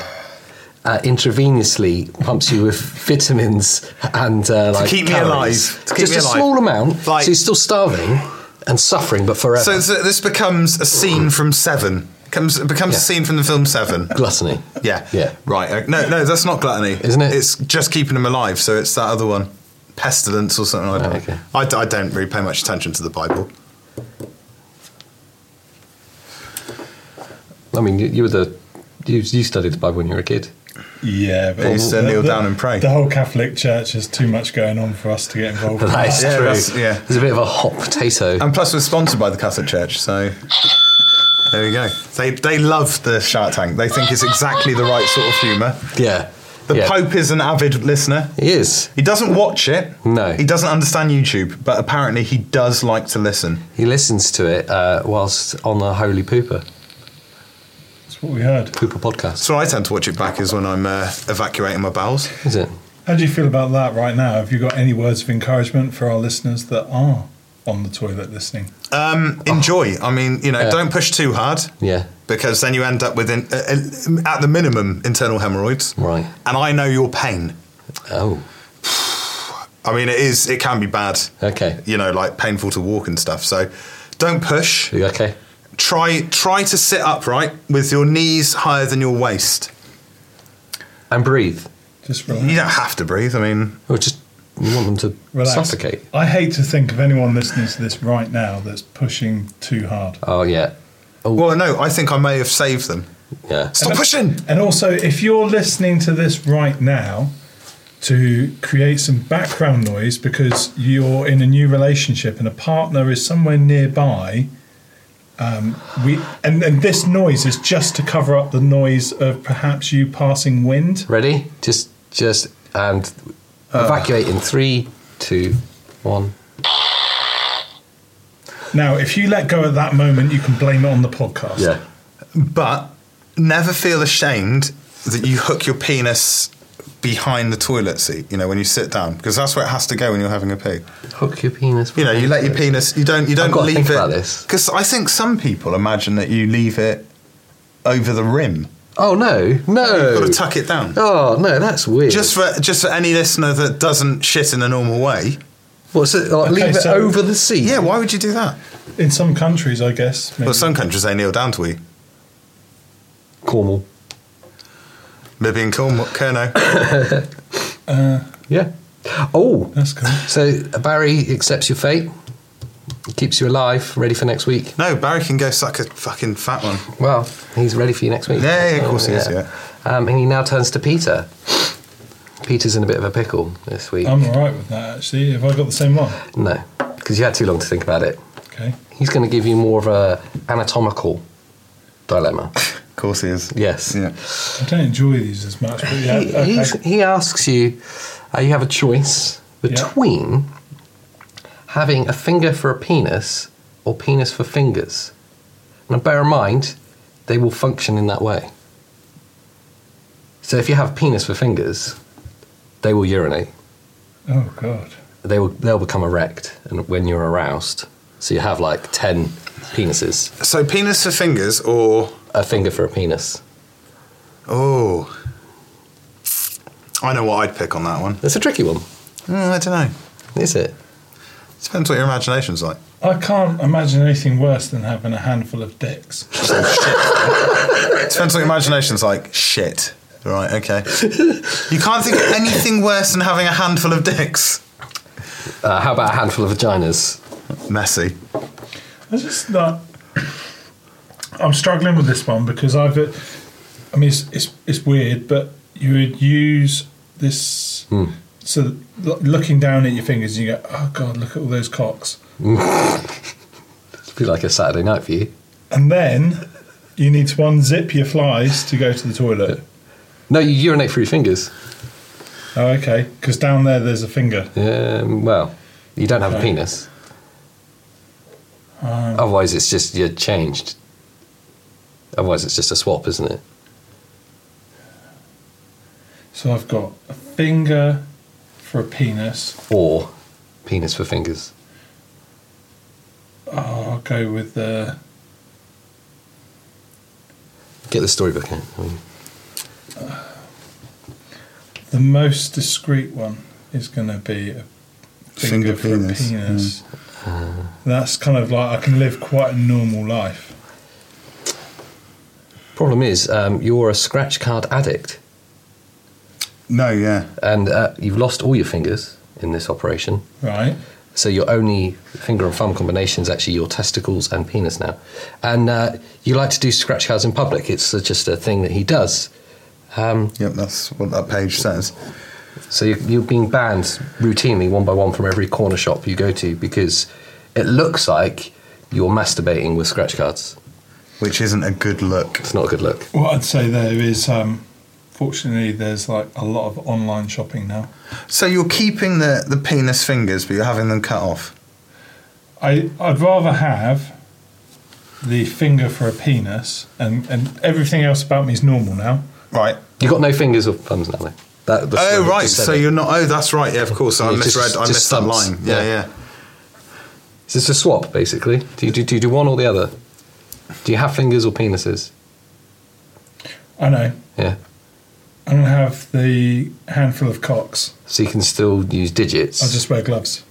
Speaker 1: uh, intravenously pumps you with vitamins and uh, like
Speaker 3: keep me
Speaker 1: calories.
Speaker 3: alive. To keep
Speaker 1: Just
Speaker 3: me
Speaker 1: a
Speaker 3: alive.
Speaker 1: small amount.
Speaker 3: Like-
Speaker 1: so you're still starving and suffering, but forever.
Speaker 3: So, so this becomes a scene from Seven. Comes it becomes a
Speaker 1: Yeah.
Speaker 3: scene from the film Seven.
Speaker 1: Gluttony.
Speaker 3: Yeah.
Speaker 1: Yeah.
Speaker 3: Right. uh, No, no, that's not gluttony,
Speaker 1: Isn't it?
Speaker 3: It's just keeping them alive. So it's that other one, pestilence or something. I don't
Speaker 1: Oh,
Speaker 3: know.
Speaker 1: okay.
Speaker 3: I d- I don't really pay much attention to the Bible.
Speaker 1: I mean, you, you were the you, you studied the Bible when you were a kid.
Speaker 2: Yeah, but
Speaker 3: They used to kneel down and pray.
Speaker 2: The whole Catholic Church has too much going on for us to get involved. in.
Speaker 1: That is
Speaker 3: Yeah,
Speaker 1: true.
Speaker 3: that's- yeah. Um,
Speaker 1: There's a bit of a hot potato.
Speaker 3: And plus, we're sponsored by the Catholic Church, so there we go. They they love the Shark Tank. They think it's exactly the right sort of humour.
Speaker 1: yeah.
Speaker 3: The
Speaker 1: yeah.
Speaker 3: Pope is an avid listener.
Speaker 1: He is.
Speaker 3: He doesn't watch it.
Speaker 1: No.
Speaker 3: He doesn't understand YouTube, but apparently he does like to listen.
Speaker 1: He listens to it uh, whilst on the Holy Pooper
Speaker 2: That's what we heard.
Speaker 1: Pooper podcast.
Speaker 3: So I tend to watch it back is when I'm uh, evacuating my bowels.
Speaker 1: Is it?
Speaker 2: How do you feel about that right now? Have you got any words of encouragement for our listeners that are on the toilet listening?
Speaker 3: Um, enjoy. I mean, you know,
Speaker 1: Yeah.
Speaker 3: don't push too hard.
Speaker 1: Yeah.
Speaker 3: Because then you end up with, in, uh, uh, at the minimum, internal hemorrhoids.
Speaker 1: Right.
Speaker 3: And I know your pain.
Speaker 1: Oh.
Speaker 3: I mean, it is. It can be bad.
Speaker 1: Okay.
Speaker 3: You know, like painful to walk and stuff. So, don't push.
Speaker 1: Okay.
Speaker 3: Try try to sit upright with your knees higher than your waist.
Speaker 1: And breathe.
Speaker 2: Just
Speaker 3: You
Speaker 2: relax.
Speaker 3: don't have to breathe. I mean,
Speaker 1: Or just you want them to
Speaker 2: relax.
Speaker 1: suffocate.
Speaker 2: I hate to think of anyone listening to this right now that's pushing too hard.
Speaker 1: Oh yeah.
Speaker 3: well, no. I think I may have saved them.
Speaker 1: Yeah.
Speaker 3: Stop pushing.
Speaker 2: And also, if you're listening to this right now, to create some background noise because you're in a new relationship and a partner is somewhere nearby, um, we and, and this noise is just to cover up the noise of perhaps you passing wind.
Speaker 1: Ready? Just just and
Speaker 2: Uh.
Speaker 1: evacuate in three, two, one.
Speaker 2: Now, if you let go at that moment, you can blame it on the podcast.
Speaker 1: Yeah.
Speaker 3: But never feel ashamed that you hook your penis behind the toilet seat. You know, when you sit down, because that's where it has to go when you're having a pee.
Speaker 1: Hook your penis.
Speaker 3: You know, you let your penis. You don't. You don't
Speaker 1: gotta
Speaker 3: leave
Speaker 1: think
Speaker 3: it.
Speaker 1: about this.
Speaker 3: Because I think some people imagine that you leave it over the rim.
Speaker 1: Oh no, no.
Speaker 3: You've got to tuck it down.
Speaker 1: Oh no, that's weird.
Speaker 3: Just for just for any listener that doesn't shit in a normal way.
Speaker 1: what's it? Like,
Speaker 2: Okay,
Speaker 1: leave it
Speaker 2: so-
Speaker 1: over the seat.
Speaker 3: Yeah, why would you do that?
Speaker 2: In some countries, I guess. maybe.
Speaker 3: Well, some countries they kneel down to you.
Speaker 1: Cornwall.
Speaker 3: Maybe in Cornwall, Kerno.
Speaker 1: Yeah. Oh,
Speaker 2: Uh, That's cool.
Speaker 1: so Barry accepts your fate, keeps you alive, ready for next week.
Speaker 3: No, Barry can go suck a fucking fat one.
Speaker 1: Well, he's ready for you next week.
Speaker 3: Yeah, yeah, of course he is,
Speaker 1: Um, and he now turns to Peter. Peter's in a bit of a pickle this week.
Speaker 2: I'm all right with that, actually. Have I got the same one?
Speaker 1: no, because you had too long to think about it.
Speaker 2: Okay.
Speaker 1: He's going to give you more of a anatomical dilemma.
Speaker 3: Of course he is.
Speaker 1: Yes.
Speaker 3: Yeah.
Speaker 2: I don't enjoy these as much, but yeah.
Speaker 1: he,
Speaker 2: okay.
Speaker 1: he's- he asks you, uh, you have a choice between having a finger for a penis or penis for fingers. Now, bear in mind, they will function in that way. So, if you have penis for fingers, they will urinate.
Speaker 2: Oh, God.
Speaker 1: They will they'll become erect, and when you're aroused, so you have like ten penises,
Speaker 3: So penis for fingers or
Speaker 1: a finger for a penis.
Speaker 3: oh. I know what I'd pick on that one.
Speaker 1: That's a tricky one,
Speaker 3: Mm, I don't know.
Speaker 1: is it?
Speaker 3: Depends what your imagination's like.
Speaker 2: I can't imagine anything worse than having a handful of dicks.
Speaker 3: So shit. Depends what your imagination's like. Shit. Right, okay. You can't think of anything worse than having a handful of dicks.
Speaker 1: Uh, how about a handful of vaginas?
Speaker 3: Messy.
Speaker 2: I just not. I'm struggling with this one because I've. uh, I mean, it's it's, it's weird, but you would use this. So lo- looking down at your fingers, you go, "Oh God, look at all those cocks,"
Speaker 1: It'd be like a Saturday night for you.
Speaker 2: and then you need to unzip your flies to go to the toilet.
Speaker 1: No, you urinate through your fingers.
Speaker 2: Oh, okay, because down there there's a finger.
Speaker 1: Um, well, you don't have a penis. Otherwise, it's just you're changed. Otherwise, it's just a swap, isn't it?
Speaker 2: So I've got a finger for a penis.
Speaker 1: Or penis for fingers.
Speaker 2: Oh, I'll go with the.
Speaker 1: Get the storybook out. I mean,
Speaker 2: The most discreet one is going to be a finger,
Speaker 3: Finger
Speaker 2: for
Speaker 3: penis, Hmm.
Speaker 2: a penis. That's kind of like I can live quite a normal life.
Speaker 1: problem is, um, you're a scratch card addict,
Speaker 3: No, yeah.
Speaker 1: and uh, you've lost all your fingers in this operation.
Speaker 2: Right.
Speaker 1: So your only finger and thumb combination is actually your testicles and penis now. And uh, you like to do scratch cards in public. It's uh, just a thing that he does. Um,
Speaker 3: Yep, that's what that page says.
Speaker 1: So you're, you're being banned routinely, one by one, from every corner shop you go to because it looks like you're masturbating with scratch cards.
Speaker 3: Which isn't a good look.
Speaker 1: It's not a good look.
Speaker 2: What I'd say there is, um, fortunately, there's like a lot of online shopping now.
Speaker 3: So you're keeping the, the penis fingers, but you're having them cut off.
Speaker 2: I I'd rather have the finger for a penis, and and everything else about me is normal now.
Speaker 3: Right.
Speaker 1: You've got no fingers or thumbs now, though. That, that's
Speaker 3: Oh
Speaker 1: where he
Speaker 3: right,
Speaker 1: just said
Speaker 3: so
Speaker 1: it.
Speaker 3: you're not. Oh, that's right. Yeah, of course. I
Speaker 1: Yeah, just-
Speaker 3: misread. I
Speaker 1: just
Speaker 3: missed that
Speaker 1: stumps.
Speaker 3: line. Yeah,
Speaker 1: Yeah.
Speaker 3: yeah.
Speaker 1: So It's a swap, basically. Do you do, do you do one or the other? Do you have fingers or penises?
Speaker 2: I know.
Speaker 1: Yeah.
Speaker 2: I'm gonna have the handful of cocks.
Speaker 1: So you can still use digits.
Speaker 2: I'll just wear gloves.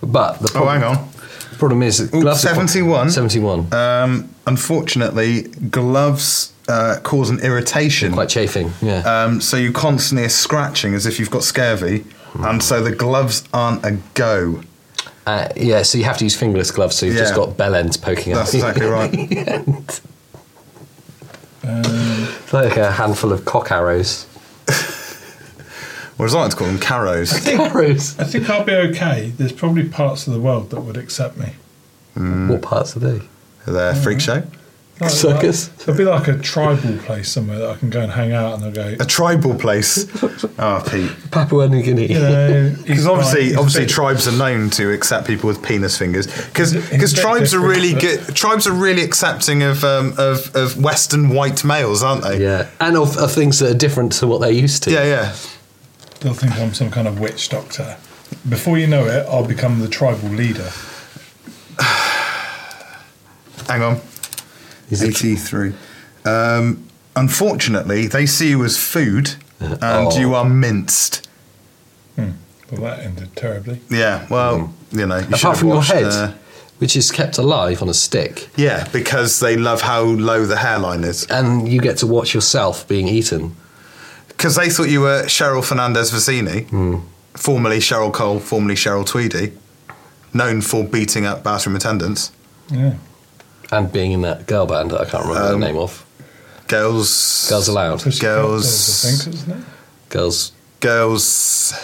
Speaker 1: but the
Speaker 3: Oh,
Speaker 1: problem,
Speaker 3: hang on.
Speaker 1: problem is that gloves are-
Speaker 3: 71.
Speaker 1: 71.
Speaker 3: Um, unfortunately, gloves uh, cause an irritation.
Speaker 1: Quite chafing, yeah.
Speaker 3: Um, so you constantly are scratching as if you've got scurvy, and so the gloves aren't a go.
Speaker 1: Uh, yeah, so you have to use fingerless gloves, so you've just
Speaker 3: Yeah.
Speaker 1: got bell ends poking
Speaker 3: That's
Speaker 1: out.
Speaker 3: exactly right.
Speaker 1: It's like a handful of cock arrows.
Speaker 3: Or as I like to call them, carrows.
Speaker 1: arrows?
Speaker 2: I think I'll be okay. There's probably parts of the world that would accept me.
Speaker 1: Mm. What parts are they?
Speaker 3: They're freak show.
Speaker 2: Like-
Speaker 1: Circus?
Speaker 2: like- There'll be like a tribal place somewhere that I can go and hang out, and they'll
Speaker 3: A
Speaker 2: go.
Speaker 3: tribal place. Ah, Pete.
Speaker 1: Papua New Guinea.
Speaker 2: You know,
Speaker 3: Because obviously, obviously,
Speaker 2: tribal.
Speaker 3: tribes are known to accept people with penis fingers. Because
Speaker 2: He's a- he's a bit
Speaker 3: tribes are
Speaker 2: different,
Speaker 3: really
Speaker 2: but-
Speaker 3: good. Tribes are really accepting of um, of of Western white males, aren't they?
Speaker 1: Yeah, and of, of things that are different to what they're used to.
Speaker 3: Yeah, yeah.
Speaker 2: They'll think I'm some kind of witch doctor. Before you know it, I'll become the tribal leader.
Speaker 3: Hang on.
Speaker 1: Is it-
Speaker 3: 83. Um, unfortunately, they see you as food and
Speaker 1: Oh.
Speaker 3: you are minced.
Speaker 2: Well, that ended terribly.
Speaker 3: Yeah, well, you know. You
Speaker 1: Mm.
Speaker 3: should
Speaker 1: Apart
Speaker 3: have
Speaker 1: from your
Speaker 3: watched,
Speaker 1: head,
Speaker 3: uh,
Speaker 1: which is kept alive on a stick,
Speaker 3: yeah, because they love how low the hairline is.
Speaker 1: and you get to watch yourself being eaten.
Speaker 3: Because they thought you were Cheryl Fernandez Vazzini, formerly Cheryl Cole, formerly Cheryl Tweedy, known for beating up bathroom attendants.
Speaker 2: Yeah.
Speaker 1: And being in that girl band that I can't remember
Speaker 3: Um,
Speaker 1: the name of.
Speaker 3: Girls.
Speaker 1: Girls Aloud.
Speaker 2: Pussycat
Speaker 3: Girls-
Speaker 2: Dolls, I think, isn't it?
Speaker 1: Girls.
Speaker 3: Girls.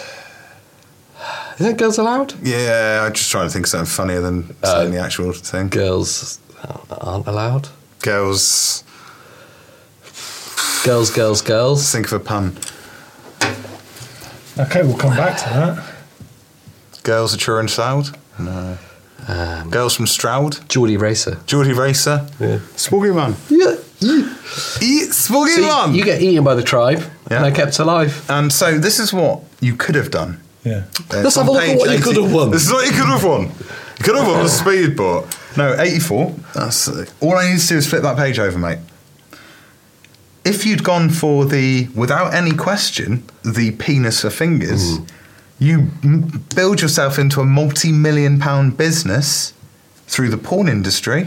Speaker 1: Is it Girls Aloud?
Speaker 3: Yeah, I'm just trying to think of something funnier than
Speaker 1: Uh,
Speaker 3: saying the actual thing.
Speaker 1: Girls uh, aren't allowed.
Speaker 3: Girls.
Speaker 1: Girls, girls, girls.
Speaker 3: Think of a pun.
Speaker 2: Okay, we'll come back to that.
Speaker 3: Girls of Turin Stroud? No. Girls from Stroud?
Speaker 1: Geordie Racer.
Speaker 3: Geordie Racer?
Speaker 1: Um, Yeah.
Speaker 3: Spooky Man.
Speaker 1: Yeah.
Speaker 3: Eat Spooky
Speaker 1: So
Speaker 3: Man!
Speaker 1: you, you get eaten by the tribe,
Speaker 3: Yeah.
Speaker 1: and they're kept alive.
Speaker 3: and so this is what you could have done.
Speaker 2: Yeah.
Speaker 3: Uh,
Speaker 1: Let's
Speaker 3: it's on
Speaker 1: have a look at
Speaker 3: page
Speaker 1: what you
Speaker 3: 80.
Speaker 1: could have won.
Speaker 3: This is what you could have won. You could have won a speedboat. No, 84. That's uh, All I need to do is flip that page over, mate. If you'd gone for the, without any question, the penis for fingers, you m- build yourself into a multi million pound business through the porn industry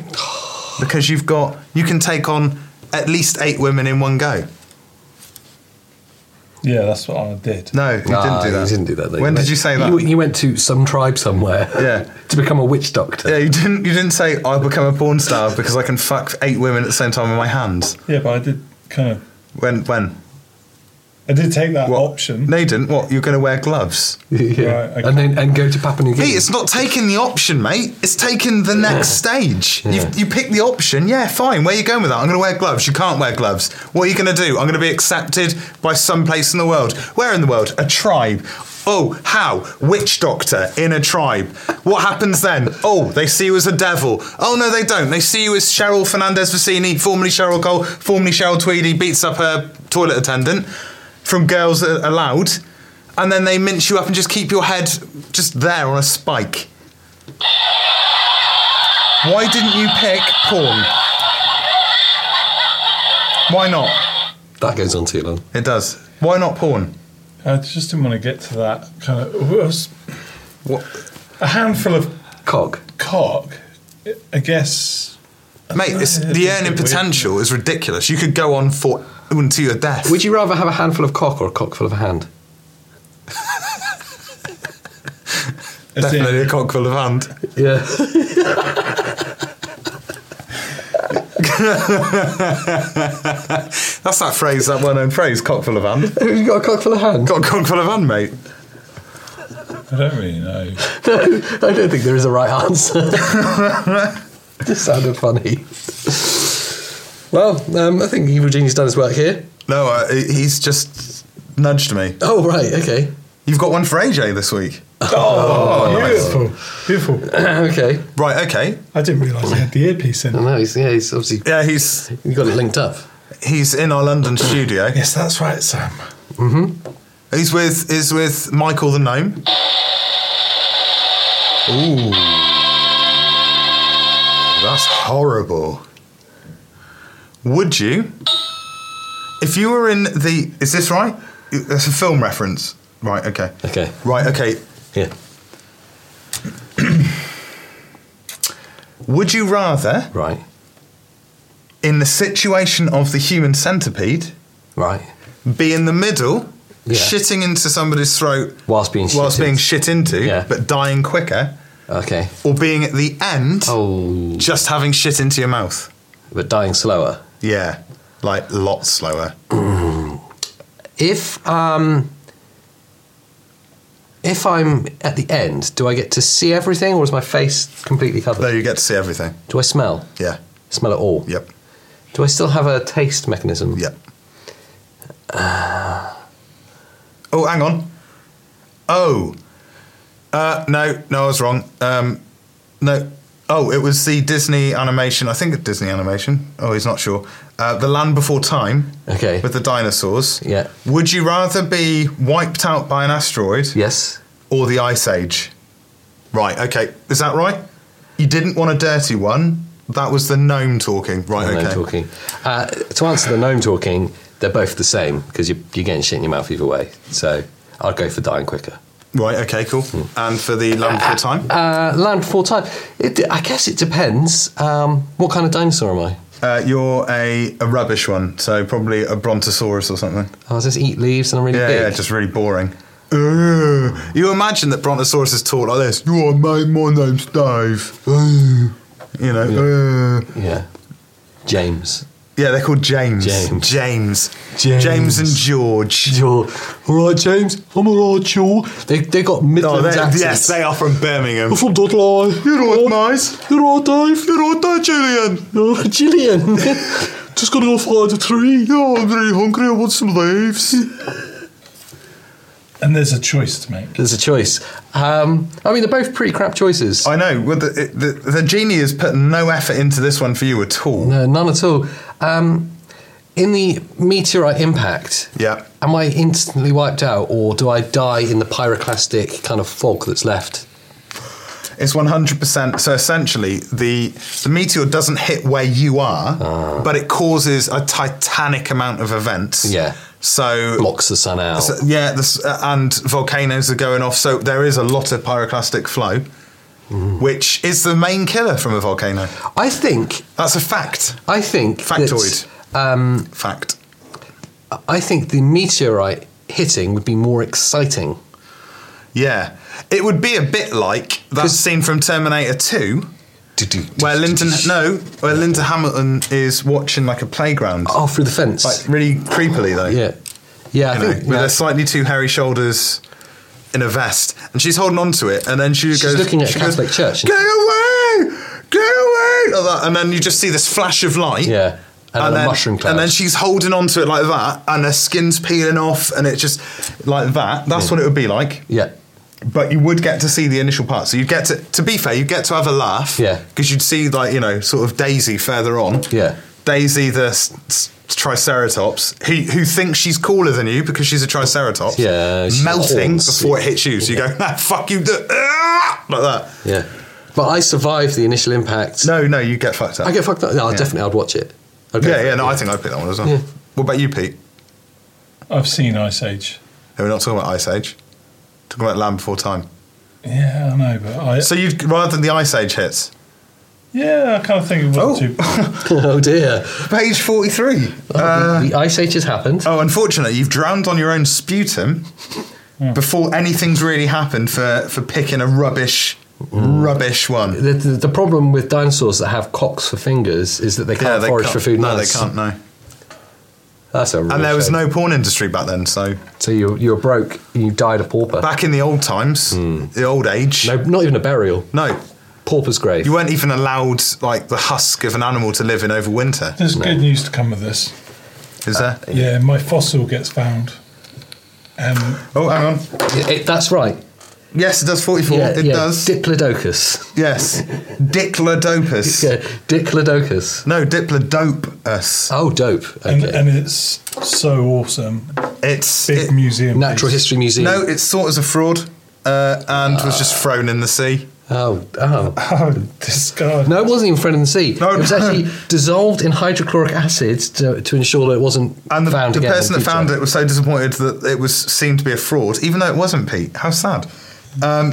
Speaker 3: because you've got, you can take on at least eight women in one go.
Speaker 2: Yeah, that's what I did.
Speaker 3: No, you
Speaker 1: Nah,
Speaker 3: didn't do that.
Speaker 1: Ah, You didn't do that. though.
Speaker 3: When did
Speaker 1: went-
Speaker 3: you say that?
Speaker 1: You, you went to some tribe somewhere.
Speaker 3: Yeah.
Speaker 1: to become a witch doctor.
Speaker 3: Yeah, you didn't. You didn't say I become a porn star because I can fuck eight women at the same time with my hands.
Speaker 2: Yeah, but I did kind of.
Speaker 3: When? When?
Speaker 2: I did take that
Speaker 3: What
Speaker 2: option.
Speaker 3: No, you didn't. What? You're going to wear gloves?
Speaker 1: Yeah.
Speaker 2: Right, okay.
Speaker 1: And then and go to Papua New Guinea.
Speaker 3: Pete, it's not taking the option, mate. It's taking the next stage.
Speaker 1: Yeah.
Speaker 3: You've, you pick the option. Yeah, fine. Where are you going with that? I'm going to wear gloves. You can't wear gloves. What are you going to do? I'm going to be accepted by some place in the world. Where in the world? A tribe. Oh, how? Witch doctor in a tribe. What happens then? Oh, they see you as a devil. Oh, no, they don't. They see you as Cheryl Fernandez Vicini, formerly Cheryl Cole, formerly Cheryl Tweedy, beats up her toilet attendant from Girls Allowed. And then they mince you up and just keep your head just there on a spike. Why didn't you pick porn? Why not?
Speaker 1: that goes on too long.
Speaker 3: It does. Why not porn?
Speaker 2: I Uh, just didn't want to get to that kind of. It was
Speaker 3: What?
Speaker 2: a handful of
Speaker 1: Cock.
Speaker 2: cock. I guess.
Speaker 3: Mate, it's,
Speaker 2: Yeah,
Speaker 3: the
Speaker 2: it's a
Speaker 3: earning
Speaker 2: bit weird.
Speaker 3: potential is ridiculous. You could go on for until your death.
Speaker 1: Would you rather have a handful of cock or a cock full of hand?
Speaker 2: as in-
Speaker 3: Definitely a cock full of hand.
Speaker 1: Yeah.
Speaker 3: That's that phrase, that well-known phrase, cock full of hand.
Speaker 1: you got a cock full of hand?
Speaker 3: Got a cock full of hand, mate.
Speaker 2: I don't really know.
Speaker 1: No, I don't think there is a right answer. Just sounded funny. Well, um, I think Evil Genie's done his work here.
Speaker 3: No, uh, he- he's just nudged me.
Speaker 1: Oh, right, okay.
Speaker 3: You've got one for AJ this week.
Speaker 2: Oh, beautiful, beautiful.
Speaker 1: okay.
Speaker 3: Right, okay.
Speaker 2: I didn't realise I had the earpiece in.
Speaker 1: No, he's, yeah, he's obviously
Speaker 3: Yeah, he's
Speaker 1: you got it linked up.
Speaker 3: He's in our London studio.
Speaker 2: Yes, that's right, Sam.
Speaker 3: He's with is with Michael the gnome. Ooh, that's horrible. Would you, if you were in the? Is this right? It's a film reference, right? Okay.
Speaker 1: Okay.
Speaker 3: Right. Okay.
Speaker 1: Yeah.
Speaker 3: Would you rather,
Speaker 1: Right.
Speaker 3: in the situation of the human centipede,
Speaker 1: Right.
Speaker 3: be in the middle,
Speaker 1: Yeah.
Speaker 3: shitting into somebody's throat
Speaker 1: Whilst being
Speaker 3: whilst
Speaker 1: shitted.
Speaker 3: being shit into,
Speaker 1: Yeah.
Speaker 3: but dying quicker,
Speaker 1: Okay.
Speaker 3: or being at the end,
Speaker 1: Oh,
Speaker 3: just having shit into your mouth?
Speaker 1: but dying slower.
Speaker 3: Yeah, like a lot slower.
Speaker 1: If um, if I'm at the end, do I get to see everything, or is my face completely covered?
Speaker 3: There you get to see everything.
Speaker 1: Do I smell?
Speaker 3: Yeah,
Speaker 1: Smell it all?
Speaker 3: yep,
Speaker 1: Do I still have a taste mechanism?
Speaker 3: yep. Oh, hang on. Oh, uh, no, no, I was wrong. Um, no, oh, it was the Disney animation. I think it's Disney animation. Oh, he's not sure. Uh, the Land Before Time
Speaker 1: Okay.
Speaker 3: with the dinosaurs.
Speaker 1: Yeah.
Speaker 3: Would you rather be wiped out by an asteroid
Speaker 1: yes.
Speaker 3: or the Ice Age. Right, okay. Is that right? You didn't want a dirty one. That was the gnome talking. Right,
Speaker 1: The
Speaker 3: okay.
Speaker 1: gnome talking. Uh, to answer the gnome talking, they're both the same because you're, you're getting shit in your mouth either way. So I'd go for dying quicker.
Speaker 3: Right, okay, cool.
Speaker 1: Hmm.
Speaker 3: And for the land for time?
Speaker 1: Uh, land before time. It, I guess it depends. Um, what kind of dinosaur am I?
Speaker 3: Uh, you're a, a rubbish one, so probably a brontosaurus or something.
Speaker 1: Oh, I just eat leaves and I'm really
Speaker 3: Yeah,
Speaker 1: big.
Speaker 3: yeah, just really boring. Ugh. You imagine that brontosaurus is tall like this. You are my, my name's Dave. Ugh. You know, ugh.
Speaker 1: Yeah. James.
Speaker 3: yeah, they're called James.
Speaker 1: James.
Speaker 3: James.
Speaker 1: James.
Speaker 3: James and George.
Speaker 1: All right, James. I'm all right, you. They they got
Speaker 3: Oh,
Speaker 1: Midlands
Speaker 3: they-
Speaker 1: accents.
Speaker 3: yes, Oh, they are from Birmingham.
Speaker 1: from Dudley.
Speaker 3: You're all nice.
Speaker 1: You're all Dave.
Speaker 3: You're all right, Julian.
Speaker 1: You're all Gillian. just gonna go find a tree.
Speaker 3: Oh, I'm very hungry. I want some leaves.
Speaker 2: And there's a choice to make.
Speaker 1: There's a choice. Um, I mean, they're both pretty crap choices.
Speaker 3: I know. Well, the, it- the, the genie has put no effort into this one for you at all.
Speaker 1: No, none at all. Um, in the meteorite impact,
Speaker 3: Yeah.
Speaker 1: am I instantly wiped out, or do I die in the pyroclastic kind of fog that's left?
Speaker 3: It's 100%. So essentially, the, the meteor doesn't hit where you are, but it causes a titanic amount of events.
Speaker 1: Yeah.
Speaker 3: So.
Speaker 1: Blocks the sun out.
Speaker 3: so- yeah, this, uh, and volcanoes are going off, so there is a lot of pyroclastic flow, which is the main killer from a volcano.
Speaker 1: I think.
Speaker 3: That's a fact.
Speaker 1: I think. that,
Speaker 3: Factoid.
Speaker 1: um,
Speaker 3: Fact.
Speaker 1: I think the meteorite hitting would be more exciting.
Speaker 3: Yeah. It would be a bit like that
Speaker 1: 'Cause-
Speaker 3: scene from Terminator 2 where Linton no, where Linda Hamilton is watching like a playground.
Speaker 1: Oh, through the fence.
Speaker 3: Like really creepily though.
Speaker 1: Yeah. Yeah, I
Speaker 3: You know,
Speaker 1: think.
Speaker 3: with
Speaker 1: yeah.
Speaker 3: her slightly too hairy shoulders in a vest and she's holding on to it and then she
Speaker 1: She's
Speaker 3: goes
Speaker 1: looking at a
Speaker 3: she goes,
Speaker 1: Catholic church.
Speaker 3: Get away! Get away! Like that. And then you just see this flash of light.
Speaker 1: Yeah. And, then a mushroom cloud.
Speaker 3: and then she's holding on to it like that, and her skin's peeling off, and it's just like that. That's what it would be like.
Speaker 1: Yeah.
Speaker 3: But you would get to see the initial part. So you'd get to, to be fair, you'd get to have a laugh.
Speaker 1: Yeah.
Speaker 3: Because you'd see, like, you know, sort of Daisy further on.
Speaker 1: Yeah.
Speaker 3: Daisy, the s- s- Triceratops, who, who thinks she's cooler than you because she's a Triceratops.
Speaker 1: Yeah, she's
Speaker 3: Melting
Speaker 1: horns.
Speaker 3: before it hits you. So you go, ah, fuck you. d- ah," Like that.
Speaker 1: Yeah. But I survived the initial impact.
Speaker 3: No, no, you get fucked up.
Speaker 1: I get fucked up. No,
Speaker 3: Yeah.
Speaker 1: definitely, I'd watch it. I'd go
Speaker 3: yeah,
Speaker 1: for
Speaker 3: yeah,
Speaker 1: it,
Speaker 3: no, I think I'd pick that one as well.
Speaker 1: Yeah.
Speaker 3: What about you, Pete?
Speaker 2: I've seen Ice Age.
Speaker 3: No, we're not talking about Ice Age. Talking about Land Before Time.
Speaker 2: Yeah, I know, but I
Speaker 3: So you'd rather than the Ice Age hits.
Speaker 2: yeah, I kind of think it
Speaker 3: Oh.
Speaker 2: was too.
Speaker 1: oh dear.
Speaker 3: Page forty-three.
Speaker 1: the, the ice age has happened.
Speaker 3: Uh, Oh, unfortunately, you've drowned on your own sputum before anything's really happened for, for picking a rubbish, rubbish one.
Speaker 1: The, the, the problem with dinosaurs that have cocks for fingers is that they can't forage for food.
Speaker 3: No,
Speaker 1: nuts.
Speaker 3: they can't. No,
Speaker 1: That's a real
Speaker 3: and there was
Speaker 1: shame.
Speaker 3: no porn industry back then. So
Speaker 1: So you you were broke. You died a pauper.
Speaker 3: back in the old times, the old age,
Speaker 1: Uh, hmm. no, not even a burial.
Speaker 3: no,
Speaker 1: Pauper's grave.
Speaker 3: you weren't even allowed like the husk of an animal to live in over winter.
Speaker 2: There's good news to come with this.
Speaker 3: Is there?
Speaker 1: Uh,
Speaker 2: Yeah, my fossil gets found. Um,
Speaker 3: Oh, hang on.
Speaker 1: It- that's right.
Speaker 3: Yes, it does. Forty-four.
Speaker 1: Yeah,
Speaker 3: it
Speaker 1: yeah.
Speaker 3: does.
Speaker 1: Diplodocus.
Speaker 3: yes, Diplodopus.
Speaker 1: Yeah, Diplodocus.
Speaker 3: No, Diplodopus.
Speaker 1: Oh, dope.
Speaker 2: and,
Speaker 1: Okay.
Speaker 2: and it's so awesome
Speaker 3: It's
Speaker 2: Big
Speaker 3: it-
Speaker 2: museum.
Speaker 1: Natural
Speaker 2: piece.
Speaker 1: History Museum.
Speaker 3: No, it's thought as a fraud uh, and was just thrown in the sea.
Speaker 1: Oh, oh.
Speaker 2: Oh, discard.
Speaker 1: No, it wasn't even friend in the sea.
Speaker 3: No,
Speaker 1: it was
Speaker 3: no.
Speaker 1: actually dissolved in hydrochloric acid to, to ensure that it wasn't
Speaker 3: And the,
Speaker 1: found
Speaker 3: the
Speaker 1: again. in
Speaker 3: person that
Speaker 1: future.
Speaker 3: found it was so disappointed that it was seemed to be a fraud, even though it wasn't Pete. How sad. Um,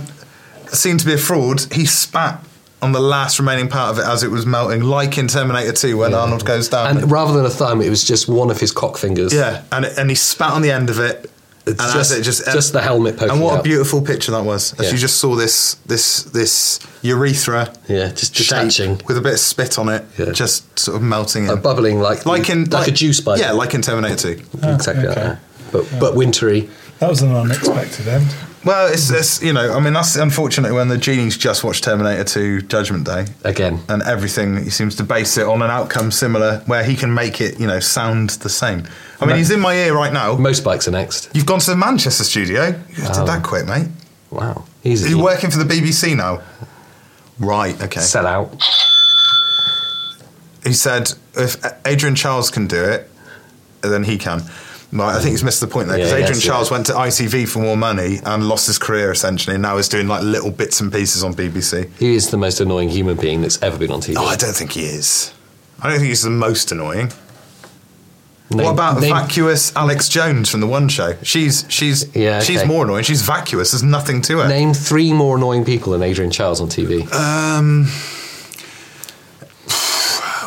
Speaker 3: seemed to be a fraud. He spat on the last remaining part of it as it was melting, like in Terminator 2 when Arnold goes down.
Speaker 1: And rather than a thumb, it was just one of his cock fingers.
Speaker 3: yeah, and, and he spat on the end of it.
Speaker 1: It's
Speaker 3: and
Speaker 1: just,
Speaker 3: as it
Speaker 1: just,
Speaker 3: just,
Speaker 1: the helmet poking
Speaker 3: And what
Speaker 1: out.
Speaker 3: a beautiful picture that was! As
Speaker 1: Yeah.
Speaker 3: you just saw this this this urethra,
Speaker 1: Yeah, just
Speaker 3: shape
Speaker 1: detaching.
Speaker 3: with a bit of spit on it,
Speaker 1: Yeah.
Speaker 3: just sort of melting in,
Speaker 1: Uh, bubbling like
Speaker 3: like in
Speaker 1: like, a juice bite.
Speaker 3: Yeah, like in Terminator Two.
Speaker 1: exactly like
Speaker 2: okay.
Speaker 1: that. But but wintry.
Speaker 2: That was an unexpected end.
Speaker 3: Well, it's, it's you know, I mean, that's unfortunate when the genies just watched Terminator Two Judgment Day,
Speaker 1: Again.
Speaker 3: and everything he seems to base it on an outcome similar, where he can make it you know sound the same. I mean, he's in my ear right now.
Speaker 1: Most bikes are next.
Speaker 3: You've gone to the Manchester studio. You did
Speaker 1: Oh.
Speaker 3: that quick, mate.
Speaker 1: Wow. Easy.
Speaker 3: Are you working for the BBC now? Right. Okay.
Speaker 1: Sell out.
Speaker 3: he said if Adrian Charles can do it, then he can. Right, I think he's missed the point there because
Speaker 1: Yeah,
Speaker 3: Adrian
Speaker 1: yes,
Speaker 3: Charles
Speaker 1: yeah.
Speaker 3: went to ITV for more money and lost his career essentially, and now is doing like little bits and pieces on BBC.
Speaker 1: He is the most annoying human being that's ever been on TV.
Speaker 3: Oh, I don't think he is. I don't think he's the most annoying.
Speaker 1: Name-
Speaker 3: what about
Speaker 1: name-
Speaker 3: vacuous Alex Jones from the One Show? She's she's
Speaker 1: Yeah,
Speaker 3: she's
Speaker 1: okay.
Speaker 3: more annoying. She's vacuous. There's nothing to her.
Speaker 1: Name three more annoying people than Adrian Charles on TV.
Speaker 3: Um,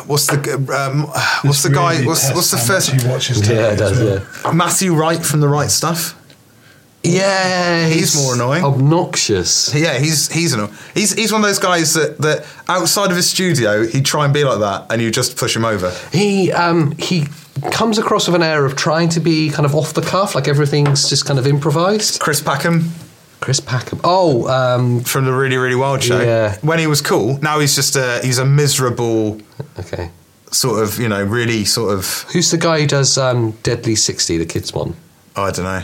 Speaker 3: what's the g- um, what's the guy?
Speaker 2: Really
Speaker 3: What's,
Speaker 2: tests
Speaker 3: what's the
Speaker 2: how
Speaker 3: first?
Speaker 2: much He watches
Speaker 1: yeah,
Speaker 2: television.
Speaker 1: it does. Yeah.
Speaker 3: Matthew Wright from the Right Stuff.
Speaker 1: Yeah,
Speaker 3: He's more annoying.
Speaker 1: Obnoxious.
Speaker 3: Yeah, he's he's an, he's he's one of those guys that, that outside of his studio he'd try and be like that, and you just push him over.
Speaker 1: He um he comes across with an air of trying to be kind of off the cuff, like everything's just kind of improvised.
Speaker 3: Chris Packham
Speaker 1: Chris Packham. Oh, um,
Speaker 3: from the Really Really Wild Show.
Speaker 1: Yeah.
Speaker 3: When he was cool, now he's just a he's a miserable
Speaker 1: okay.
Speaker 3: sort of you know really sort of
Speaker 1: Who's the guy who does um, Deadly Sixty, the kids one?
Speaker 3: I don't know.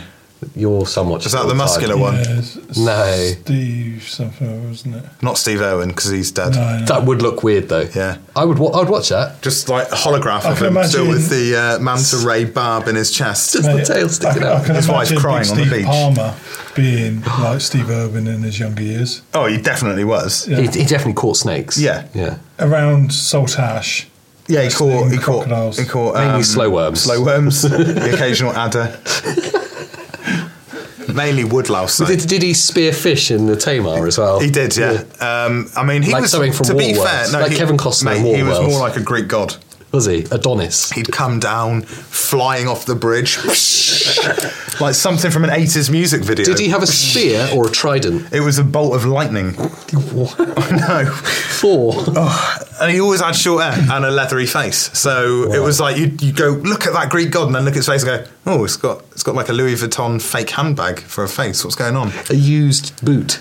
Speaker 1: You're somewhat.
Speaker 3: Is that the muscular one?
Speaker 2: Yeah, s-
Speaker 1: No.
Speaker 2: Steve something, wasn't it?
Speaker 3: Not Steve Irwin because he's dead.
Speaker 2: No, no.
Speaker 1: That would look weird though.
Speaker 3: Yeah.
Speaker 1: I would. Wa- I would watch that.
Speaker 3: Just like holograph
Speaker 2: I
Speaker 3: of
Speaker 2: can
Speaker 3: him, still
Speaker 2: imagine-
Speaker 3: with the uh, manta ray barb in his chest.
Speaker 1: Just the
Speaker 2: Mate,
Speaker 1: tail sticking
Speaker 2: I,
Speaker 1: out.
Speaker 2: I can
Speaker 3: His wife
Speaker 2: imagine
Speaker 3: crying
Speaker 2: Big
Speaker 3: on the
Speaker 2: Steve
Speaker 3: beach.
Speaker 2: Palmer being like Steve Irwin in his younger years.
Speaker 3: Oh, he definitely was.
Speaker 2: Yeah.
Speaker 1: He, he definitely caught snakes.
Speaker 3: Yeah.
Speaker 1: yeah.
Speaker 2: Around Saltash.
Speaker 3: Yeah, he
Speaker 2: Wrestling
Speaker 3: caught he caught
Speaker 2: crocodiles.
Speaker 3: he caught um,
Speaker 1: Mainly slow worms.
Speaker 3: slow worms, the occasional adder, mainly woodlouse. though.
Speaker 1: Did, did he spear fish in the Tamar as well?
Speaker 3: He did, yeah. Um, I mean, he
Speaker 1: Like
Speaker 3: was
Speaker 1: something from
Speaker 3: to be
Speaker 1: Woolworths,
Speaker 3: fair, no,
Speaker 1: like
Speaker 3: he,
Speaker 1: Kevin Costner in
Speaker 3: Mate, he was
Speaker 1: Woolworths.
Speaker 3: more like a Greek god.
Speaker 1: Was he Adonis?
Speaker 3: He'd come down flying off the bridge, like something from an eighties music video.
Speaker 1: Did he have a spear or a trident?
Speaker 3: It was a bolt of lightning. no.
Speaker 1: Four.
Speaker 3: Oh, And he always had short hair and a leathery face. So it was like you you go look at that Greek god and then look at his face and go, oh, it's got it's got like a Louis Vuitton fake handbag for a face. What's going on?
Speaker 1: A used boot.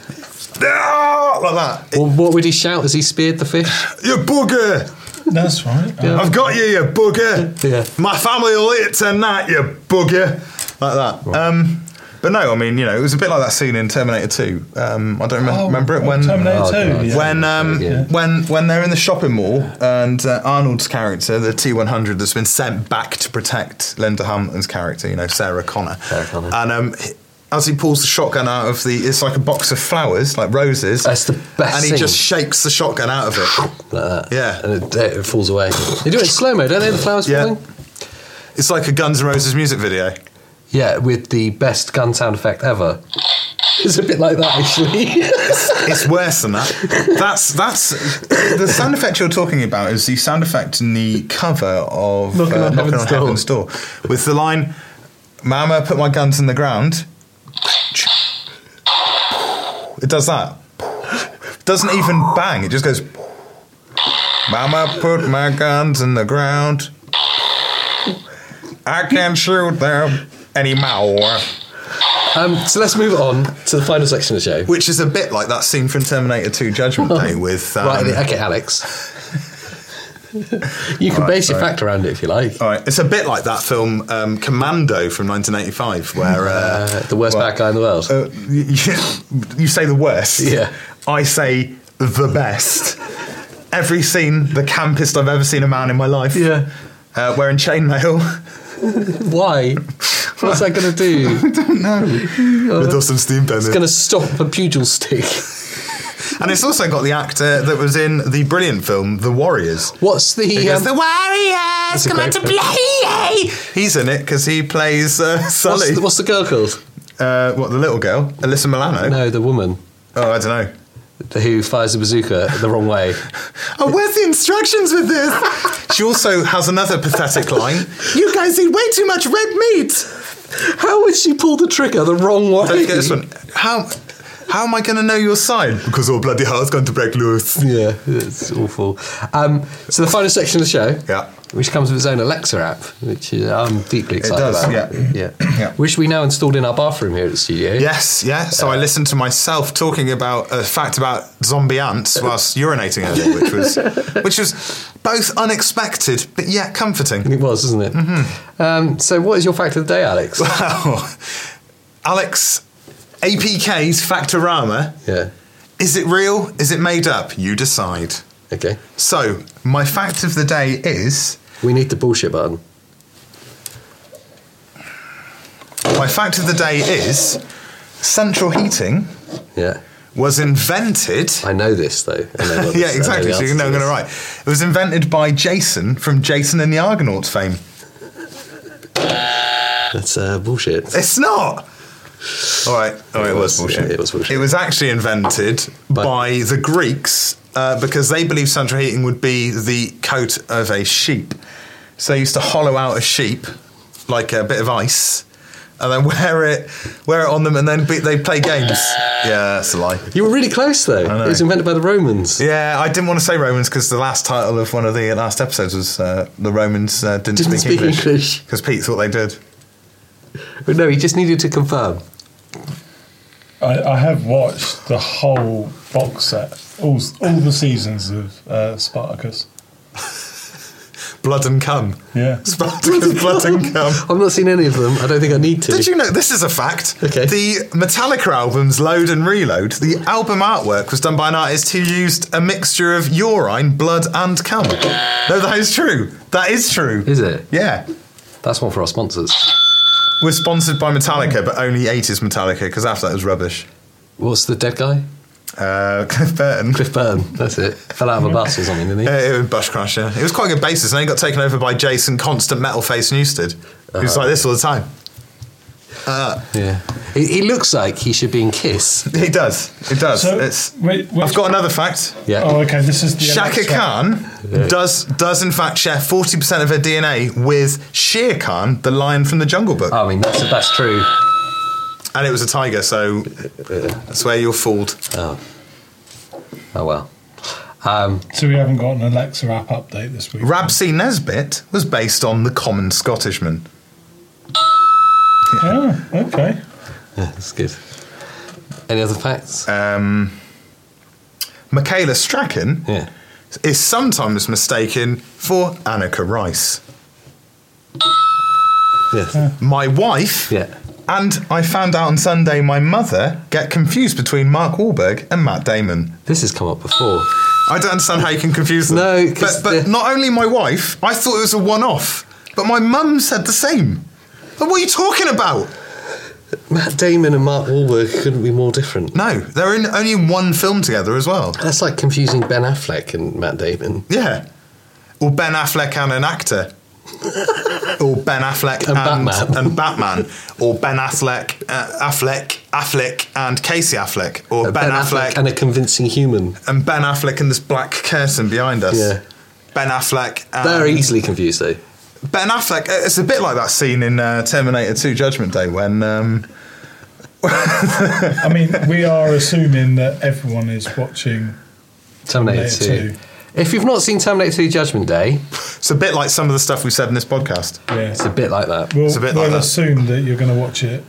Speaker 3: Ah, like that.
Speaker 1: Well, what would he shout as he speared the fish?
Speaker 3: You booger!
Speaker 2: That's right. Uh,
Speaker 3: I've got you, you booger.
Speaker 1: Yeah.
Speaker 3: My family will eat tonight, you booger. Like that. Um, but no, I mean, you know, it was a bit like that scene in Terminator 2. Um, I don't remem-
Speaker 2: oh,
Speaker 3: remember it
Speaker 2: oh,
Speaker 3: when.
Speaker 2: Terminator
Speaker 1: Oh,
Speaker 2: 2.
Speaker 1: God.
Speaker 2: yeah.
Speaker 3: When um,
Speaker 1: Yeah.
Speaker 3: when when they're in the shopping mall and uh, Arnold's character, the T100, that's been sent back to protect Linda Hamilton's character, you know Sarah Connor,
Speaker 1: Sarah Connor.
Speaker 3: and um, he- as he pulls the shotgun out of the, it's like a box of flowers, like roses.
Speaker 1: That's the best
Speaker 3: And he
Speaker 1: scene.
Speaker 3: just shakes the shotgun out of it.
Speaker 1: Like that.
Speaker 3: Yeah.
Speaker 1: uh, And it, it falls away. They do it in slow mo, don't they? The flowers
Speaker 3: Yeah.
Speaker 1: falling?
Speaker 3: It's like a Guns N' Roses music video.
Speaker 1: Yeah, with the best gun sound effect ever. It's a bit like that, actually.
Speaker 3: It's worse than that. That's that's the sound effect you're talking about is the sound effect in the cover of uh,
Speaker 1: Knocking on Heaven's Door.
Speaker 3: Door with the line, "Mama, put my guns in the ground." It does that. It doesn't even bang. It just goes. Mama, put my guns in the ground. I can shoot them anymore.
Speaker 1: um, so let's move on to the final section of the show.
Speaker 3: Which is a bit like that scene from Terminator 2 Judgment Day with. Um,
Speaker 1: right, okay, Alex. you can base your fact around it if you like.
Speaker 3: All right, it's a bit like that film um, Commando from 1985, where uh,
Speaker 1: Uh, the worst
Speaker 3: well,
Speaker 1: bad guy in the world.
Speaker 3: Uh, you, you say the worst.
Speaker 1: Yeah.
Speaker 3: I say the best. Every scene, the campest I've ever seen a man in my life.
Speaker 1: Yeah.
Speaker 3: Uh, wearing chainmail.
Speaker 1: Why? What's that going to do?
Speaker 3: with Dustin Steam Bennett.
Speaker 1: It's going to stop a pugil stick.
Speaker 3: And it's also got the actor that was in the brilliant film The Warriors.
Speaker 1: What's
Speaker 3: He
Speaker 1: the.
Speaker 3: goes,
Speaker 1: Um,
Speaker 3: the Warriors
Speaker 1: a
Speaker 3: come
Speaker 1: great
Speaker 3: out to
Speaker 1: film.
Speaker 3: play. He's in it because he plays uh, Sully.
Speaker 1: what's, the, what's the girl called?
Speaker 3: uh, what the little girl, Alyssa Milano?
Speaker 1: No, the woman
Speaker 3: Oh, I don't know.
Speaker 1: who fires the bazooka the wrong way.
Speaker 3: Oh, where's the instructions with this? she also has another pathetic line. You guys eat way too much red meat.
Speaker 1: How would she pull the trigger the wrong way?
Speaker 3: Don't forget this one. How? How am I going to know your side? Because all bloody hell's going to break loose.
Speaker 1: Yeah, it's awful. Um, so the final section of the show,
Speaker 3: Yeah.
Speaker 1: which comes with its own Alexa app, which is, I'm deeply excited
Speaker 3: does,
Speaker 1: about. Yeah.
Speaker 3: Yeah.
Speaker 1: which we now installed in our bathroom here at the studio.
Speaker 3: Yes, yeah. So I listened to myself talking about a fact about zombie ants whilst urinating earlier, which was which was both unexpected but yet comforting.
Speaker 1: it was, isn't it?
Speaker 3: Mm-hmm.
Speaker 1: Um, so what is your fact of the day, Alex?
Speaker 3: Wow. Alex APK's Factorama.
Speaker 1: yeah.
Speaker 3: Is it real? Is it made up? You decide.
Speaker 1: Okay.
Speaker 3: So, my fact of the day is
Speaker 1: We need the bullshit button.
Speaker 3: my fact of the day is central heating
Speaker 1: Yeah.
Speaker 3: was invented
Speaker 1: I know this though. I know what this- I
Speaker 3: Yeah,
Speaker 1: know
Speaker 3: exactly.
Speaker 1: the
Speaker 3: So you're
Speaker 1: answer
Speaker 3: not
Speaker 1: to
Speaker 3: going to
Speaker 1: this.
Speaker 3: write. It was invented by Jason from Jason and the Argonauts fame.
Speaker 1: That's uh, bullshit.
Speaker 3: It's not. All right. Oh, it, was,
Speaker 1: was-
Speaker 3: bullshit.
Speaker 1: yeah, it was bullshit.
Speaker 3: It was actually invented
Speaker 1: By-
Speaker 3: by the Greeks uh, because they believed central heating would be the coat of a sheep. So they used to hollow out a sheep like a bit of ice. And then wear it, wear it on them, and then be, they play games. Yeah, that's a lie.
Speaker 1: You were really close though.
Speaker 3: know.
Speaker 1: It was invented by the Romans.
Speaker 3: Yeah, I didn't want to say Romans because the last title of one of the last episodes was uh, the Romans uh, didn't,
Speaker 1: Didn't
Speaker 3: speak
Speaker 1: speak
Speaker 3: English
Speaker 1: English.
Speaker 3: because Pete thought they did.
Speaker 1: But no, he just needed to confirm.
Speaker 2: I, I have watched the whole box set, all all the seasons of uh, Spartacus.
Speaker 3: Blood and cum.
Speaker 2: Yeah,
Speaker 3: Spartacus, blood and cum.
Speaker 1: I've not seen any of them. I don't think I need to.
Speaker 3: Did you know this is a fact?
Speaker 1: Okay.
Speaker 3: The Metallica albums Load and Reload, the album artwork was done by an artist who used a mixture of urine, blood, and cum. No, that is true. That is true.
Speaker 1: Is it?
Speaker 3: Yeah.
Speaker 1: That's one for our sponsors.
Speaker 3: We're sponsored by Metallica, but only 80s Metallica because after that was rubbish.
Speaker 1: What's the dead guy?
Speaker 3: Uh, Cliff Burton.
Speaker 1: Cliff Burton. That's it. Fell out of a bus or something, didn't he?
Speaker 3: Yeah, it was Bush Crash, yeah. It was quite a good basis, and then he got taken over by Jason Constant Metal Face Newstead, who's like this all the time.
Speaker 1: Yeah. He, he looks like he should be in Kiss.
Speaker 3: He does. It does.
Speaker 2: So,
Speaker 3: it's,
Speaker 2: wait, wait.
Speaker 3: I've got another fact.
Speaker 1: Yeah.
Speaker 2: Oh, okay. This is the
Speaker 3: Shaka
Speaker 2: Alexa.
Speaker 3: Khan does does in fact share forty percent of her DNA with Shere Khan, the lion from the Jungle Book,
Speaker 1: I mean, that's, that's true.
Speaker 3: and it was a tiger. So that's where you're fooled.
Speaker 1: Oh, well. Um,
Speaker 2: So we haven't got an Alexa app update this week.
Speaker 3: Rabsy Nesbitt was based on the common Scottishman.
Speaker 2: Yeah. Ah, Okay.
Speaker 1: yeah, that's good. Any other facts?
Speaker 3: Um, Michaela Strachan
Speaker 1: yeah.
Speaker 3: is sometimes mistaken for Annika Rice.
Speaker 1: Yeah.
Speaker 3: My wife
Speaker 1: Yeah.
Speaker 3: and I found out on Sunday my mother get confused between Mark Wahlberg and Matt Damon.
Speaker 1: This has come up before.
Speaker 3: I don't understand how you can confuse them.
Speaker 1: No, 'cause
Speaker 3: but, but
Speaker 1: the-
Speaker 3: not only my wife, I thought it was a one-off, but my mum said the same. But what are you talking about?
Speaker 1: Matt Damon and Mark Wahlberg couldn't be more different.
Speaker 3: No, they're in only in one film together as well.
Speaker 1: That's like confusing Ben Affleck and Matt Damon.
Speaker 3: Yeah, or Ben Affleck and an actor, or Ben Affleck
Speaker 1: And
Speaker 3: and
Speaker 1: Batman.
Speaker 3: and Batman, or Ben Affleck, uh, Affleck, Affleck and Casey Affleck, or Ben, Affleck,
Speaker 1: Uh, and
Speaker 3: and,
Speaker 1: a convincing human.
Speaker 3: Ben Affleck and this black curtain behind us.
Speaker 1: Yeah.
Speaker 3: Ben Affleck. And
Speaker 1: They're easily confused, though.
Speaker 3: Ben Affleck. uh, It's a bit like that scene in uh, Terminator 2: Judgment Day when um,
Speaker 2: I mean, we are assuming that everyone is watching.
Speaker 1: Terminator,
Speaker 2: Terminator
Speaker 1: 2.
Speaker 2: 2.
Speaker 1: If you've not seen Terminator 2 Judgment Day,
Speaker 3: it's a bit like some of the stuff we've said in this podcast.
Speaker 2: Yeah.
Speaker 1: it's a bit like that.
Speaker 2: We'll,
Speaker 3: It's a bit like
Speaker 2: we'll
Speaker 3: that.
Speaker 2: assume that you're going to watch it.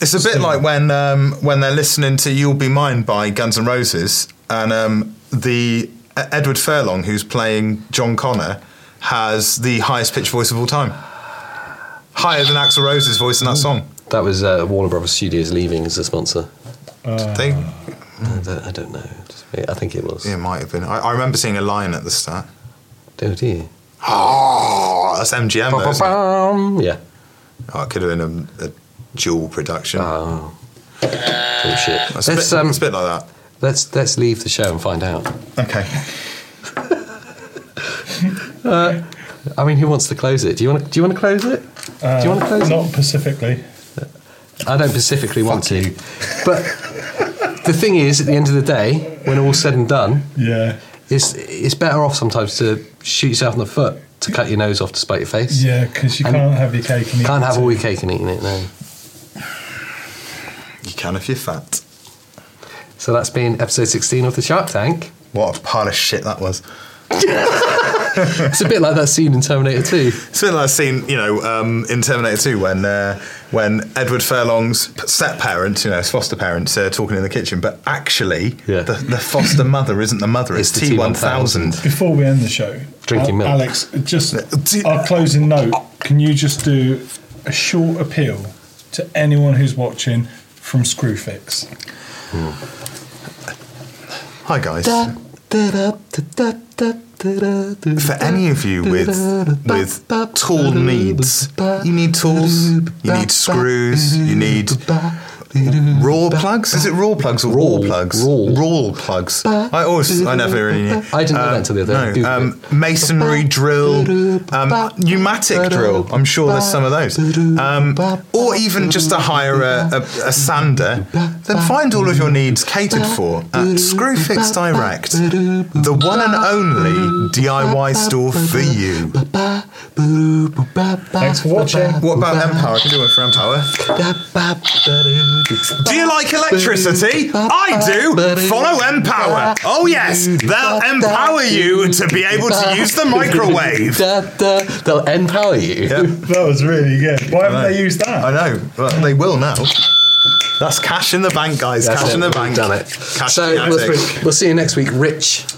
Speaker 3: It's a bit like when um, when they're listening to "You'll Be Mine" by Guns N' Roses, and um, the uh, Edward Furlong, who's playing John Connor, has the highest pitched voice of all time, higher than Axl Rose's voice in that song.
Speaker 1: That was uh, Warner Brothers Studios leaving as a sponsor.
Speaker 3: They,
Speaker 1: I don't, I don't know. Just- I think it was.
Speaker 3: it might have been. I, I remember seeing a lion at the start.
Speaker 1: Oh dear.
Speaker 3: Oh, that's MGM. Though, isn't it?
Speaker 1: Ba-bum. Yeah.
Speaker 3: Oh, it could have been a, a dual production.
Speaker 1: Oh. Bullshit.
Speaker 3: It's a
Speaker 1: Let's,
Speaker 3: bit-
Speaker 1: um,
Speaker 3: it's a bit like that.
Speaker 1: let's, let's leave the show and find out.
Speaker 6: Okay.
Speaker 1: I mean, who wants to close it? Do you want to, do you want to close it? do you want to close it?
Speaker 2: Uh, Not specifically.
Speaker 1: I don't specifically want to. But the thing is, at the end of the day, when all's said and done,
Speaker 2: Yeah.
Speaker 1: it's, it's better off sometimes to shoot yourself in the foot to cut your nose off to spite your face.
Speaker 2: Yeah, because you
Speaker 1: And-
Speaker 2: can't have your cake and eat
Speaker 1: Can't
Speaker 2: it
Speaker 1: have
Speaker 2: too.
Speaker 1: all your cake and eating it, no.
Speaker 3: You can if you're fat.
Speaker 1: So that's been episode 16 of The Shark Tank.
Speaker 3: What a pile of shit that was.
Speaker 1: It's a bit like that scene in Terminator 2.
Speaker 3: It's been like a scene, you know, um, in Terminator 2 when uh, when Edward Furlong's p- step parents, you know, his foster parents, uh, talking in the kitchen, but actually,
Speaker 1: Yeah.
Speaker 3: the, the foster mother isn't the mother, it's,
Speaker 1: It's the
Speaker 3: T1000.
Speaker 2: Before we end the show,
Speaker 1: Drinking
Speaker 2: Al-
Speaker 1: milk.
Speaker 2: Alex, just
Speaker 3: Do-
Speaker 2: our closing note. Can you just do a short appeal to anyone who's watching from Screwfix?
Speaker 3: Hi, guys. For any of you with with tool needs, you need tools, you need screws, you need raw plugs. Is it raw plugs or raw,
Speaker 1: Raw,
Speaker 3: plugs?
Speaker 1: raw.
Speaker 3: plugs. I always, I never really knew.
Speaker 1: I didn't know that till the other day.
Speaker 3: No, um, masonry drill, um, pneumatic drill. I'm sure there's some of those. Um, or even just to hire a, a, a sander. Then find all of your needs catered for at Screwfix Direct, the one and only DIY store for you.
Speaker 2: Thanks for watching.
Speaker 3: What about Empower? I can do one for Empower. Do you like electricity? I do. Follow Empower. Oh yes, they'll empower you to be able to use the microwave.
Speaker 1: They'll empower you.
Speaker 3: Yeah.
Speaker 2: That was really good. Why haven't they used that?
Speaker 3: I know, but they will now. That's cash in the bank, guys.
Speaker 1: That's
Speaker 3: cash
Speaker 1: it.
Speaker 3: in the bank.
Speaker 1: Done it.
Speaker 3: Cash
Speaker 1: so
Speaker 3: in the
Speaker 1: we'll,
Speaker 3: attic.
Speaker 1: we'll see you next week, Rich.